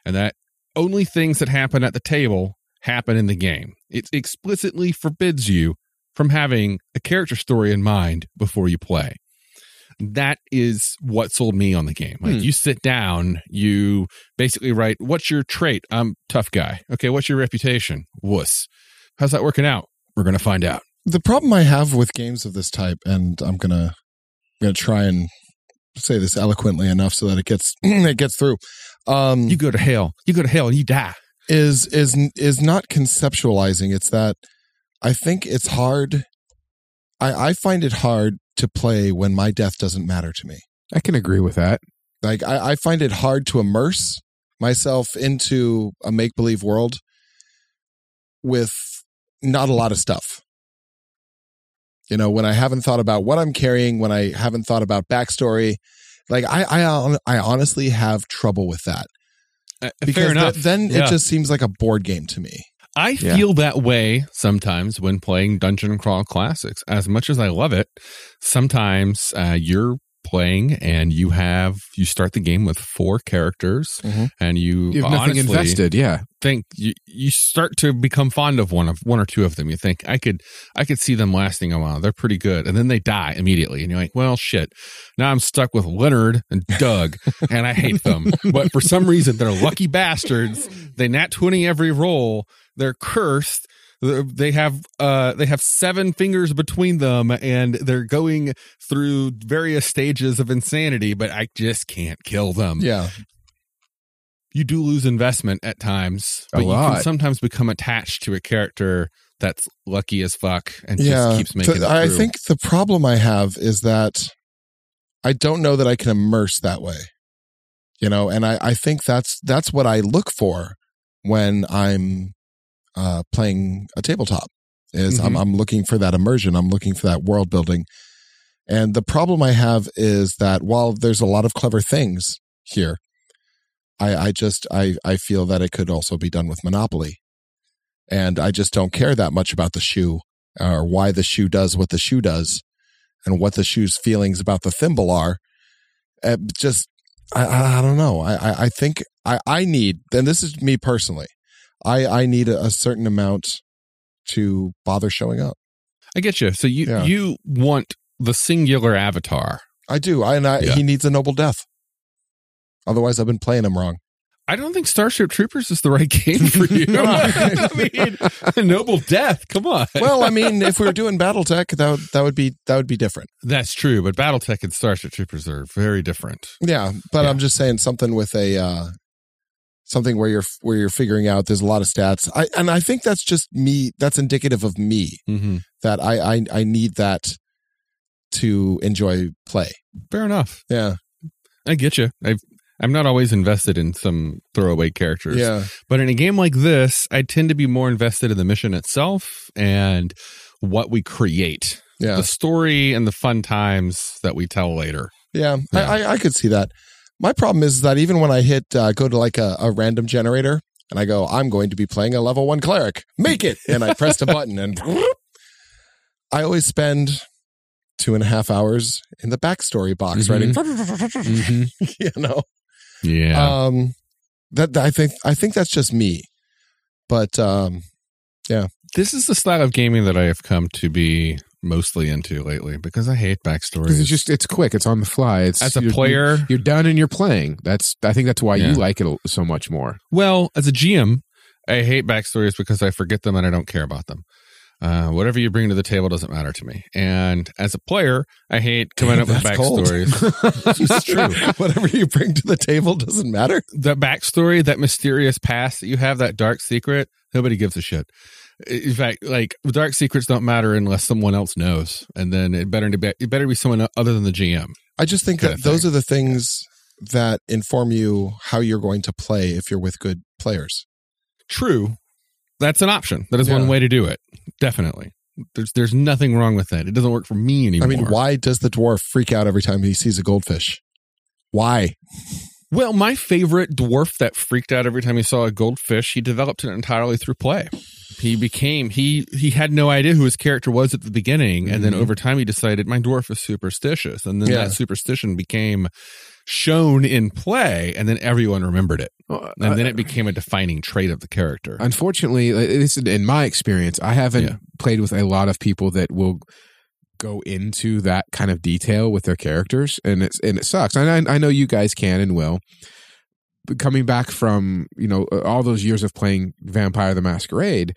Speaker 3: and that only things that happen at the table happen in the game. It explicitly forbids you from having a character story in mind before you play. That is what sold me on the game. Like
Speaker 5: Hmm.
Speaker 3: you sit down, you basically write, What's your trait? I'm tough guy. Okay, what's your reputation? Wuss. How's that working out? We're gonna find out.
Speaker 4: the problem I have with games of this type, and I'm gonna I'm gonna try and say this eloquently enough so that it gets it gets through. Um,
Speaker 3: You go to hell. You go to hell and you die.
Speaker 4: is is is not conceptualizing. It's that I think it's hard. I, I find it hard to play when my death doesn't matter to me.
Speaker 5: I can agree with that.
Speaker 4: Like I, I find it hard to immerse myself into a make believe world with not a lot of stuff. You know, when I haven't thought about what I'm carrying, when I haven't thought about backstory, like I I, hon- I honestly have trouble with that
Speaker 3: Uh,
Speaker 4: because
Speaker 3: Fair
Speaker 4: th-
Speaker 3: enough.
Speaker 4: then
Speaker 3: Yeah.
Speaker 4: it just seems like a board game to me.
Speaker 3: I
Speaker 5: Yeah.
Speaker 3: feel that way sometimes when playing Dungeon Crawl Classics. As much as I love it, sometimes uh, you're playing and you have you start the game with four characters
Speaker 4: Mhm.
Speaker 3: and you,
Speaker 5: Mm-hmm. You have nothing
Speaker 3: honestly
Speaker 5: invested. Yeah.
Speaker 3: think you, you start to become fond of one of one or two of them you think i could i could see them lasting a while they're pretty good and then they die immediately and you're like well shit now i'm stuck with leonard and doug and i hate them but for some reason they're lucky bastards they nat 20 every roll they're cursed They're- they have uh they have seven fingers between them and they're going through various stages of insanity but i just can't kill them
Speaker 4: Yeah.
Speaker 3: you do lose investment at times,
Speaker 5: A
Speaker 3: but you can
Speaker 5: lot.
Speaker 3: sometimes become attached to a character that's lucky as fuck and
Speaker 4: yeah.
Speaker 3: just keeps making.
Speaker 4: Th-
Speaker 3: it
Speaker 4: I
Speaker 3: through.
Speaker 4: think the problem I have is that I don't know that I can immerse that way. You know, and I, I think that's that's what I look for when I'm uh, playing a tabletop. Is I'm, I'm looking for that immersion. I'm looking for that world building. And the problem I have is that while there's a lot of clever things here, I, I just I, I feel that it could also be done with Monopoly. And I just don't care that much about the shoe or why the shoe does what the shoe does and what the shoe's feelings about the thimble are. Uh, just, I- I, I don't know. I, I, I think I, I need, and this is me personally, I, I need a, a certain amount to bother showing up.
Speaker 3: I get you. So you
Speaker 4: Yeah.
Speaker 3: you want the singular avatar.
Speaker 4: I do. I, and I,
Speaker 3: Yeah.
Speaker 4: he needs a noble death. Otherwise, I've been playing him wrong.
Speaker 3: I don't think Starship Troopers is the right game for you. I mean, Noble Death. Come on.
Speaker 4: Well, I mean, if we were doing BattleTech, that would, that would be that would be different.
Speaker 3: that's true, but BattleTech and Starship Troopers are very different.
Speaker 4: Yeah, but
Speaker 3: Yeah.
Speaker 4: I'm just saying something with a uh, something where you're where you're figuring out there's a lot of stats. I and I think that's just me. That's indicative of me
Speaker 3: Mm-hmm.
Speaker 4: that I I, I need that to enjoy play.
Speaker 3: Fair enough.
Speaker 4: Yeah,
Speaker 3: I get you. I've, I'm not always invested in some throwaway characters.
Speaker 4: yeah.
Speaker 3: But in a game like this, I tend to be more invested in the mission itself and what we create,
Speaker 4: Yeah,
Speaker 3: the story and the fun times that we tell later.
Speaker 4: yeah. I,
Speaker 3: Yeah.
Speaker 4: I, I could see that. My problem is that even when I hit uh, go to like a, a random generator and I go, I'm going to be playing a level one cleric. Make it, and I pressed a button, and
Speaker 1: uh.
Speaker 4: I always spend two and a half hours in the backstory box
Speaker 3: Mm-hmm.
Speaker 5: Mhm.
Speaker 4: writing.
Speaker 5: Mhm.
Speaker 4: You know,
Speaker 3: Yeah.
Speaker 4: um, that I think I think that's just me, but um,
Speaker 3: this is the style of gaming that I have come to be mostly into lately because I hate
Speaker 5: 'Cause
Speaker 3: backstories.
Speaker 5: It's just it's quick. It's on the fly. It's
Speaker 3: As a
Speaker 5: you're-
Speaker 3: player,
Speaker 5: you're done and you're playing. That's I think that's why
Speaker 3: Yeah.
Speaker 5: you like it so much more.
Speaker 3: well, as a GM, I hate backstories because I forget them and I don't care about them. Uh, whatever you bring to the table doesn't matter to me. And as a player, I hate coming up with
Speaker 4: That's cold.
Speaker 3: backstories.
Speaker 5: it's
Speaker 4: Whatever you bring to the table doesn't matter.
Speaker 3: the backstory, that mysterious past that you have, that dark secret, nobody gives a shit. In fact, like dark secrets don't matter unless someone else knows, and then it better to be it better be someone other than the GM.
Speaker 4: I just think
Speaker 3: Kinda
Speaker 4: that those are the things that inform you how you're going to play if you're with good players.
Speaker 3: True, that's an option. That is
Speaker 4: Yeah.
Speaker 3: one way to do it. Definitely, There's there's nothing wrong with that. It doesn't work for me
Speaker 4: I
Speaker 3: anymore.
Speaker 4: mean, why does the dwarf freak out every time he sees a goldfish? Why?
Speaker 3: Well, my favorite dwarf that freaked out every time he saw a goldfish, he developed it entirely through play. He became he he had no idea who his character was at the beginning, and then
Speaker 5: Mm-hmm.
Speaker 4: Mhm.
Speaker 3: over time he decided my dwarf is superstitious, and then
Speaker 4: Yeah.
Speaker 3: that superstition became shown in play, and then everyone remembered it, and then it became a defining trait of the character.
Speaker 5: Uh, Unfortunately, like, this is in my experience. I haven't
Speaker 3: Yeah.
Speaker 5: played with a lot of people that will go into that kind of detail with their characters, and it's and it sucks. And I, I know you guys can and will. But coming back from you know all those years of playing Vampire the Masquerade,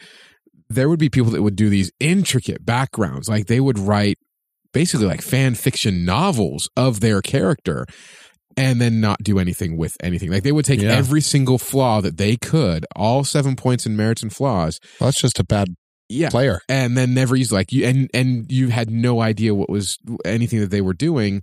Speaker 5: there would be people that would do these intricate backgrounds, like they would write basically like fan fiction novels of their character and then not do anything with anything. Like they would take
Speaker 3: Yeah.
Speaker 5: every single flaw that they could, all seven points and merits and flaws.
Speaker 4: Well, that's just a bad
Speaker 5: Yeah.
Speaker 4: player.
Speaker 5: And then never use like you and and you had no idea what was anything that they were doing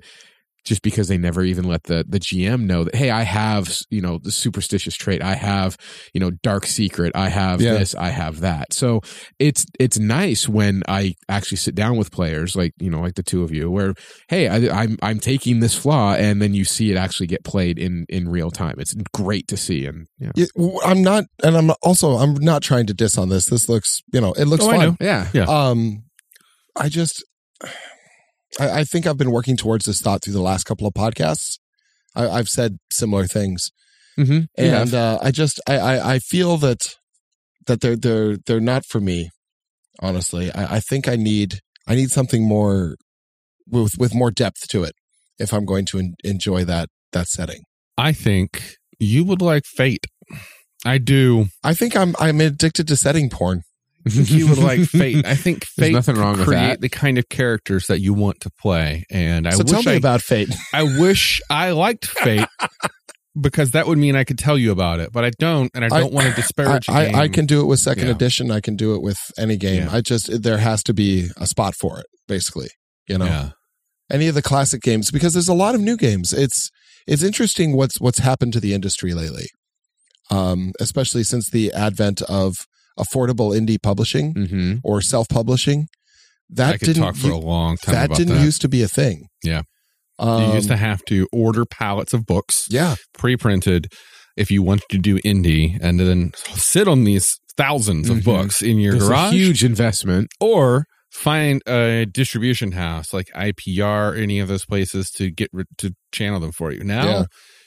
Speaker 5: just because they never even let the the GM know that hey, I have, you know, the superstitious trait. I have, you know, dark secret. I have
Speaker 4: Yeah.
Speaker 5: this, I have that. So it's it's nice when I actually sit down with players like, you know, like the two of you where hey, I, I'm I'm taking this flaw and then you see it actually get played in in real time. It's great to see and yeah.
Speaker 4: Yeah, w- I'm not, and I'm also I'm not trying to diss on this. This looks, you know, it looks
Speaker 3: Oh, I
Speaker 4: fun.
Speaker 3: know.
Speaker 5: Yeah.
Speaker 3: Yeah.
Speaker 4: Um, I just, I, I think I've been working towards this thought through the last couple of podcasts. I, I've said similar things,
Speaker 5: Mm-hmm.
Speaker 4: and uh, I just, I, I, I feel that that they're they're they're not for me. Honestly, I, I think I need I need something more with with more depth to it if I'm going to en- enjoy that that setting.
Speaker 3: I think you would like Fate. I do.
Speaker 4: I think I'm I'm addicted to setting porn.
Speaker 3: you would like Fate. I think
Speaker 5: There's
Speaker 3: Fate
Speaker 5: nothing
Speaker 3: could
Speaker 5: wrong with
Speaker 3: create
Speaker 5: that.
Speaker 3: the kind of characters that you want to play. And I
Speaker 4: so
Speaker 3: wish
Speaker 4: tell me
Speaker 3: I,
Speaker 4: about fate.
Speaker 3: I wish I liked Fate because that would mean I could tell you about it, but I don't, and I
Speaker 4: I-
Speaker 3: don't want to
Speaker 4: I,
Speaker 3: disparage. a
Speaker 4: I, I
Speaker 3: game.
Speaker 4: can do it with second
Speaker 3: Yeah.
Speaker 4: edition. I can do it with any game.
Speaker 3: Yeah.
Speaker 4: I just there has to be a spot for it, basically. You know,
Speaker 3: Yeah.
Speaker 4: any of the classic games because there's a lot of new games. It's it's interesting what's what's happened to the industry lately, um, especially since the advent of affordable indie publishing
Speaker 5: Mm-hmm.
Speaker 4: or self publishing. That
Speaker 3: I could
Speaker 4: didn't
Speaker 3: talk for
Speaker 4: u-
Speaker 3: a long time
Speaker 4: that
Speaker 3: about
Speaker 4: didn't
Speaker 3: that.
Speaker 4: used to be a thing.
Speaker 3: Yeah.
Speaker 4: um,
Speaker 3: you used to have to order pallets of books
Speaker 4: yeah,
Speaker 3: pre-printed if you wanted to do indie, and then sit on these thousands of
Speaker 4: Mm-hmm.
Speaker 5: Mhm.
Speaker 3: books in your
Speaker 5: It's
Speaker 3: garage.
Speaker 5: a huge investment.
Speaker 3: or find a distribution house like IPR, any of those places to get rid to channel them for you. Now
Speaker 4: Yeah.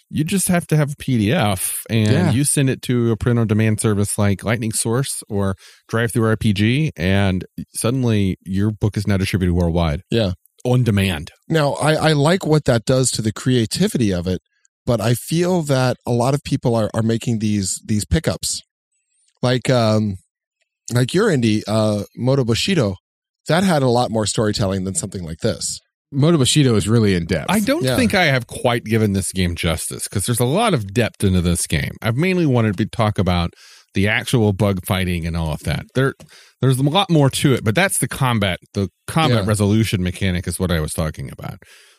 Speaker 3: you just have to have a PDF and
Speaker 5: Yeah.
Speaker 3: you send it to a print on demand service like Lightning Source or Drive Through RPG, and suddenly your book is now distributed worldwide.
Speaker 4: Yeah.
Speaker 3: on demand.
Speaker 4: Now, I, I like what that does to the creativity of it, but I feel that a lot of people are, are making these these pickups, like um, like your indie uh, Moto Bushido, that had a lot more storytelling than something like this.
Speaker 5: Moto Bushido is really in depth.
Speaker 3: I don't
Speaker 4: Yeah.
Speaker 3: think I have quite given this game justice because there's a lot of depth into this game. I've mainly wanted to talk about the actual bug fighting and all of that. There, there's a lot more to it, but that's the combat. The combat
Speaker 4: Yeah.
Speaker 3: resolution mechanic is what I was talking about.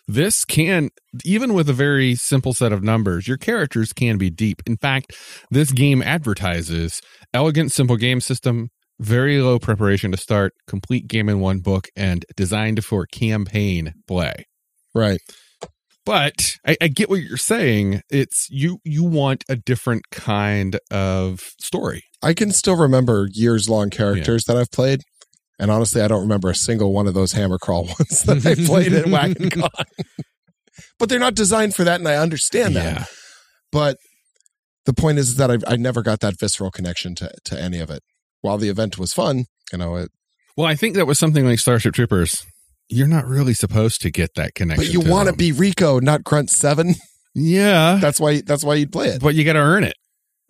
Speaker 3: This can, even with a very simple set of numbers, your characters can be deep. In fact, this game advertises elegant, simple game system, very low preparation to start, complete game in one book, and designed for campaign play
Speaker 4: Right.
Speaker 3: but I, I get what you're saying. It's you you want a different kind of story.
Speaker 4: I can still remember years long characters that I've played. And honestly, I don't remember a single one of those hammer crawl ones that I played at Whack and Con. but they're not designed for that, and I understand that.
Speaker 3: Yeah.
Speaker 4: But the point is that I, I never got that visceral connection to, to any of it. While the event was fun, you know, it,
Speaker 3: Well, I think that was something like Starship Troopers. You're not really supposed to get that connection.
Speaker 4: but you
Speaker 3: want
Speaker 4: to be Rico, not Grunt Seven.
Speaker 3: yeah,
Speaker 4: That's why. That's why you'd play it.
Speaker 3: but you got to earn it.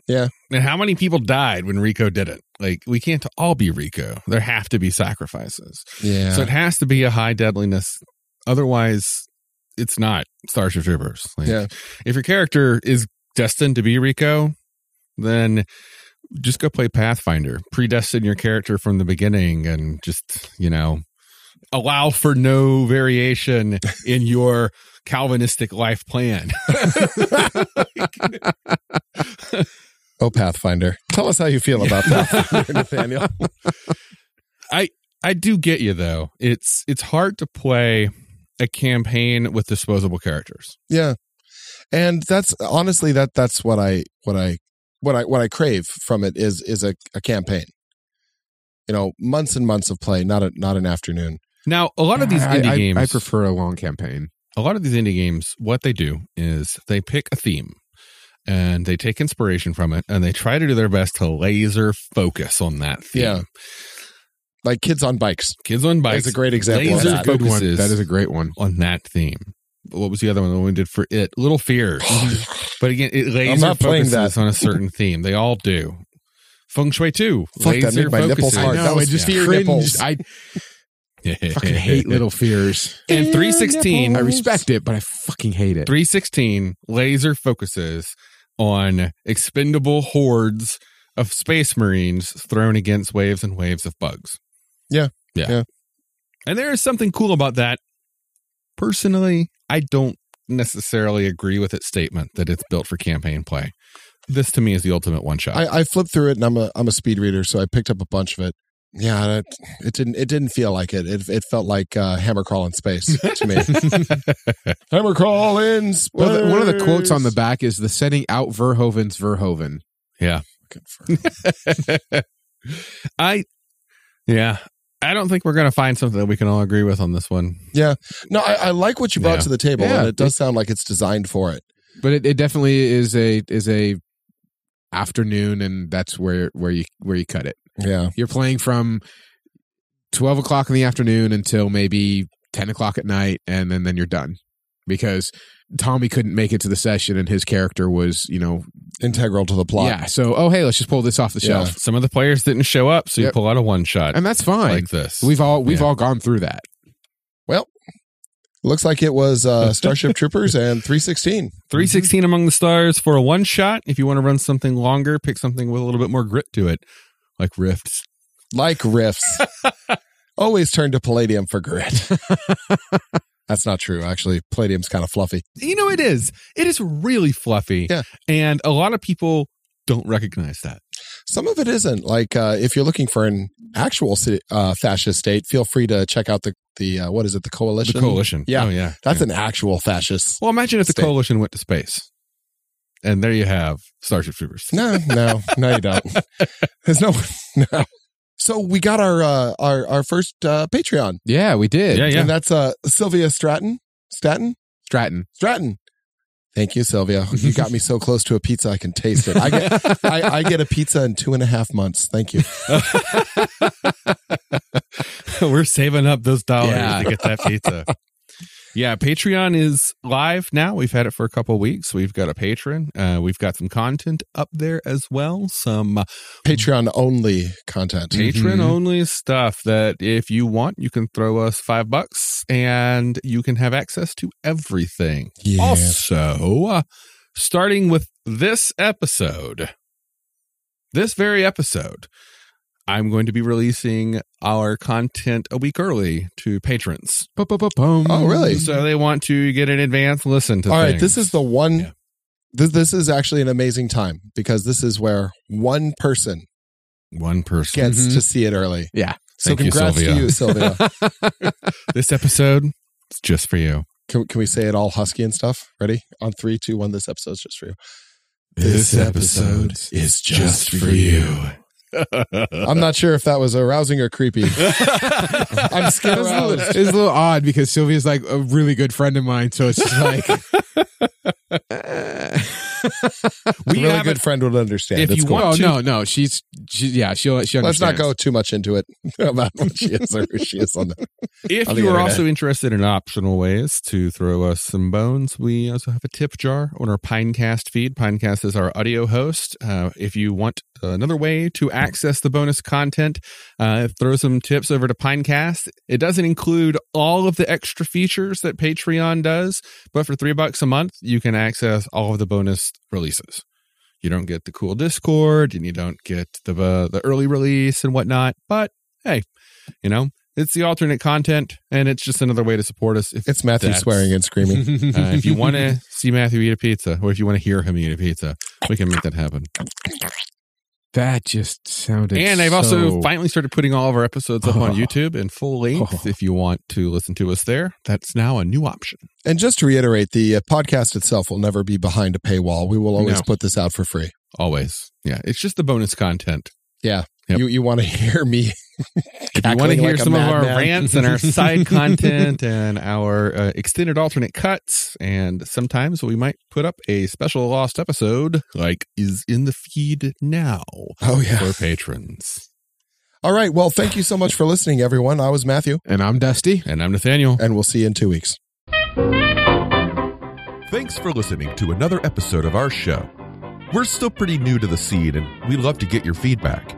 Speaker 4: Yeah.
Speaker 3: And how many people died when Rico didn't? Like we can't all be Rico. There have to be sacrifices.
Speaker 4: Yeah.
Speaker 3: So it has to be a high deadliness. Otherwise, it's not Starship Troopers. Like,
Speaker 4: Yeah.
Speaker 3: If your character is destined to be Rico, then just go play Pathfinder. Predestine your character from the beginning and just, you know, allow for no variation in your Calvinistic life plan.
Speaker 4: oh, Pathfinder. Tell us how you feel about that, Nathaniel.
Speaker 3: I I do get you though. It's it's hard to play a campaign with disposable characters.
Speaker 4: Yeah. And that's honestly that that's what I what I what I what I crave from it is is a, a campaign. You know, months and months of play, not a not an afternoon.
Speaker 3: Now, a lot of these
Speaker 5: I-
Speaker 3: indie
Speaker 5: I-
Speaker 3: games
Speaker 5: I prefer a long campaign.
Speaker 3: a lot of these indie games, what they do is they pick a theme and they take inspiration from it and they try to do their best to laser focus on that theme.
Speaker 4: Yeah. Like kids on bikes.
Speaker 3: Kids on bikes
Speaker 4: That's a great example of
Speaker 3: Laser
Speaker 5: That's a
Speaker 4: that.
Speaker 5: good one.
Speaker 3: focuses-
Speaker 5: That is a great one.
Speaker 3: on that theme. But What was the other one that we did for it? Little Fears. but again, it laser
Speaker 4: not playing
Speaker 3: focuses
Speaker 4: that.
Speaker 3: on a certain theme. They all do. Feng Shui too.
Speaker 4: Fuck, that made my nipples
Speaker 5: I
Speaker 4: hard.
Speaker 5: know.
Speaker 4: That was
Speaker 5: I just
Speaker 4: fear
Speaker 5: cringed.
Speaker 4: nipples.
Speaker 5: I fucking hate little fears.
Speaker 3: And 316
Speaker 5: I respect it, but I fucking hate it.
Speaker 3: 316 laser focuses on expendable hordes of space marines thrown against waves and waves of bugs.
Speaker 4: Yeah.
Speaker 3: Yeah.
Speaker 4: Yeah.
Speaker 3: And there is something cool about that. Personally, I don't necessarily agree with its statement that it's built for campaign play. This to me is the ultimate one shot.
Speaker 4: I, I flipped through it and I'm a I'm a speed reader, so I picked up a bunch of it. Yeah, that, it didn't it didn't feel like it. It, it felt like uh, hammer crawl in space to me. hammer crawl in space.
Speaker 5: Well, the, one of the quotes on the back is the setting out Verhoeven's Verhoeven.
Speaker 3: I yeah, I don't think we're going to find something that we can all agree with on this one.
Speaker 4: No, I, I like what you brought
Speaker 3: Yeah.
Speaker 4: to the table,
Speaker 5: Yeah.
Speaker 4: and it does sound like it's designed for it.
Speaker 5: But it, it definitely is a is a afternoon and that's where where you where you cut it.
Speaker 4: Yeah,
Speaker 5: You're playing from twelve o'clock in the afternoon until maybe ten o'clock at night and then, then you're done. Because Tommy couldn't make it to the session and his character was, you know,
Speaker 4: integral to the plot.
Speaker 5: yeah. So, oh hey, let's just pull this off the
Speaker 4: Yeah.
Speaker 5: shelf.
Speaker 3: Some of the players didn't show up, so you
Speaker 5: Yep.
Speaker 3: pull out a one shot
Speaker 5: And that's fine.
Speaker 3: like this.
Speaker 5: We've all we've
Speaker 3: Yeah.
Speaker 5: all gone through that.
Speaker 4: Looks like it was uh, Starship Troopers and 316.
Speaker 3: 316
Speaker 4: Mm-hmm.
Speaker 3: among the stars for a one shot. If you want to run something longer, pick something with a little bit more grit to it, like rifts.
Speaker 4: Like riffs. Always turn to Palladium for grit. That's not true, actually. Palladium's kind of fluffy.
Speaker 3: You know, it is. It is really fluffy.
Speaker 4: Yeah.
Speaker 3: And a lot of people don't recognize that.
Speaker 4: Some of it isn't. Like, uh, if you're looking for an actual ci- uh, fascist state, feel free to check out the, the uh, what is it, the coalition?
Speaker 3: The coalition.
Speaker 4: Yeah.
Speaker 3: Oh, yeah.
Speaker 4: That's
Speaker 3: yeah.
Speaker 4: an actual fascist.
Speaker 3: Well, imagine if the
Speaker 4: State.
Speaker 3: coalition went to space. And there you have Starship Troopers.
Speaker 4: No, no, no, you don't. There's no, no. So we got our uh, our our first uh, Patreon,
Speaker 5: Yeah, we did.
Speaker 3: Yeah, yeah.
Speaker 4: and that's uh, Sylvia Stratton, Stratton,
Speaker 5: Stratton.
Speaker 4: Stratton. Thank you, Sylvia. You got me so close to a pizza, I can taste it. I get I, I get a pizza in two and a half months. Thank you.
Speaker 3: We're saving up those dollars
Speaker 5: Yeah.
Speaker 3: to get that pizza. yeah, Patreon is live now. We've had it for a couple weeks. We've got a patron. Uh, we've got some content up there as well. Some
Speaker 4: Patreon only content. Mm-hmm.
Speaker 3: patron only stuff that if you want, you can throw us five bucks and you can have access to everything.
Speaker 4: Yeah.
Speaker 3: Also, uh, starting with this episode, this very episode, I'm going to be releasing our content a week early to patrons.
Speaker 5: Oh,
Speaker 4: really?
Speaker 3: So they want to get an advance listen to
Speaker 4: All right,
Speaker 3: things.
Speaker 4: this is the one.
Speaker 3: Yeah.
Speaker 4: This this is actually an amazing time because this is where one person
Speaker 3: one person.
Speaker 4: gets
Speaker 5: Mhm.
Speaker 4: to see it early.
Speaker 5: Yeah.
Speaker 4: So
Speaker 3: Thank you,
Speaker 4: congrats to
Speaker 3: Sylvia.
Speaker 4: you, Sylvia.
Speaker 3: This episode it's just for you.
Speaker 4: Can, can we say it all husky and stuff? Ready? On three, two, one. This episode's just for you.
Speaker 3: This episode
Speaker 4: is
Speaker 3: just for you.
Speaker 4: I'm not sure if that was arousing or creepy. I'm
Speaker 5: It
Speaker 4: scared.
Speaker 5: was, a little,
Speaker 4: Aroused.
Speaker 5: it was a little odd because Sylvia's like a really good friend of mine, so it's just like
Speaker 4: A
Speaker 3: we
Speaker 4: really
Speaker 3: haven't
Speaker 4: good friend would understand.
Speaker 3: If
Speaker 4: It's
Speaker 3: you
Speaker 4: cool.
Speaker 3: want
Speaker 5: Oh
Speaker 3: to-
Speaker 5: no, no, she's she, yeah, she'll she
Speaker 4: Let's not
Speaker 5: understands.
Speaker 4: go too much into it about what she is or who she is on the.
Speaker 3: If
Speaker 4: on the
Speaker 3: you are
Speaker 4: internet.
Speaker 3: also interested in optional ways to throw us some bones, we also have a tip jar on our Pinecast feed. Pinecast is our audio host. Uh, if you want another way to access the bonus content, uh, throw some tips over to Pinecast. It doesn't include all of the extra features that Patreon does, but for three bucks a month, you can access all of the bonus releases. You don't get the cool Discord, and you don't get the uh, the early release and whatnot. But hey, you know it's the alternate content, and it's just another way to support us. If
Speaker 4: It's Matthew
Speaker 3: That's-
Speaker 4: swearing and screaming.
Speaker 3: uh, if you want to see Matthew eat a pizza, or if you want to hear him eat a pizza, we can make that happen.
Speaker 5: That just sounded.
Speaker 3: and I've
Speaker 5: so-
Speaker 3: also finally started putting all of our episodes up on
Speaker 5: Oh.
Speaker 3: YouTube in full length.
Speaker 5: Oh.
Speaker 3: If you want to listen to us there, that's now a new option.
Speaker 4: And just to reiterate, the uh, podcast itself will never be behind a paywall. We will always
Speaker 3: No.
Speaker 4: put this out for free.
Speaker 3: Always, yeah, it's just the bonus content. Yep.
Speaker 4: You you want to hear me?
Speaker 3: If you want to
Speaker 4: cackling
Speaker 3: hear
Speaker 4: like a
Speaker 3: some of our
Speaker 4: madman.
Speaker 3: rants and our side content and our uh, extended alternate cuts, and sometimes we might put up a special lost episode, like is in the feed now
Speaker 4: Oh yeah.
Speaker 3: for patrons.
Speaker 4: All right. Well, thank you so much for listening, everyone. I was Matthew,
Speaker 5: And I'm Dusty.
Speaker 3: And I'm Nathaniel.
Speaker 4: and we'll see you in two weeks.
Speaker 6: Thanks for listening to another episode of our show. We're still pretty new to the scene and we love to get your feedback.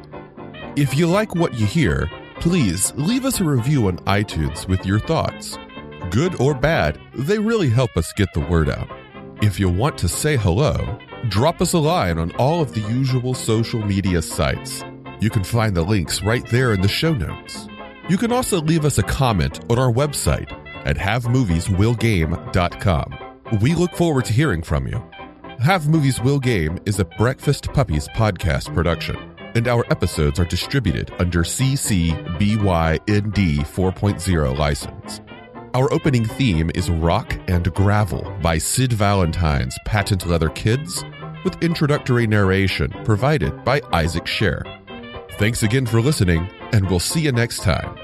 Speaker 6: If you like what you hear, please leave us a review on iTunes with your thoughts. Good or bad, they really help us get the word out. If you want to say hello, drop us a line on all of the usual social media sites. You can find the links right there in the show notes. You can also leave us a comment on our website at havemovieswillgame.com. We look forward to hearing from you. Have Movies Will Game is a Breakfast Puppies podcast production, and our episodes are distributed under CC BY-ND 4.0 license. Our opening theme is Rock and Gravel by Sid Valentine's Patent Leather Kids, with introductory narration provided by Isaac Scher. Thanks again for listening, and we'll see you next time.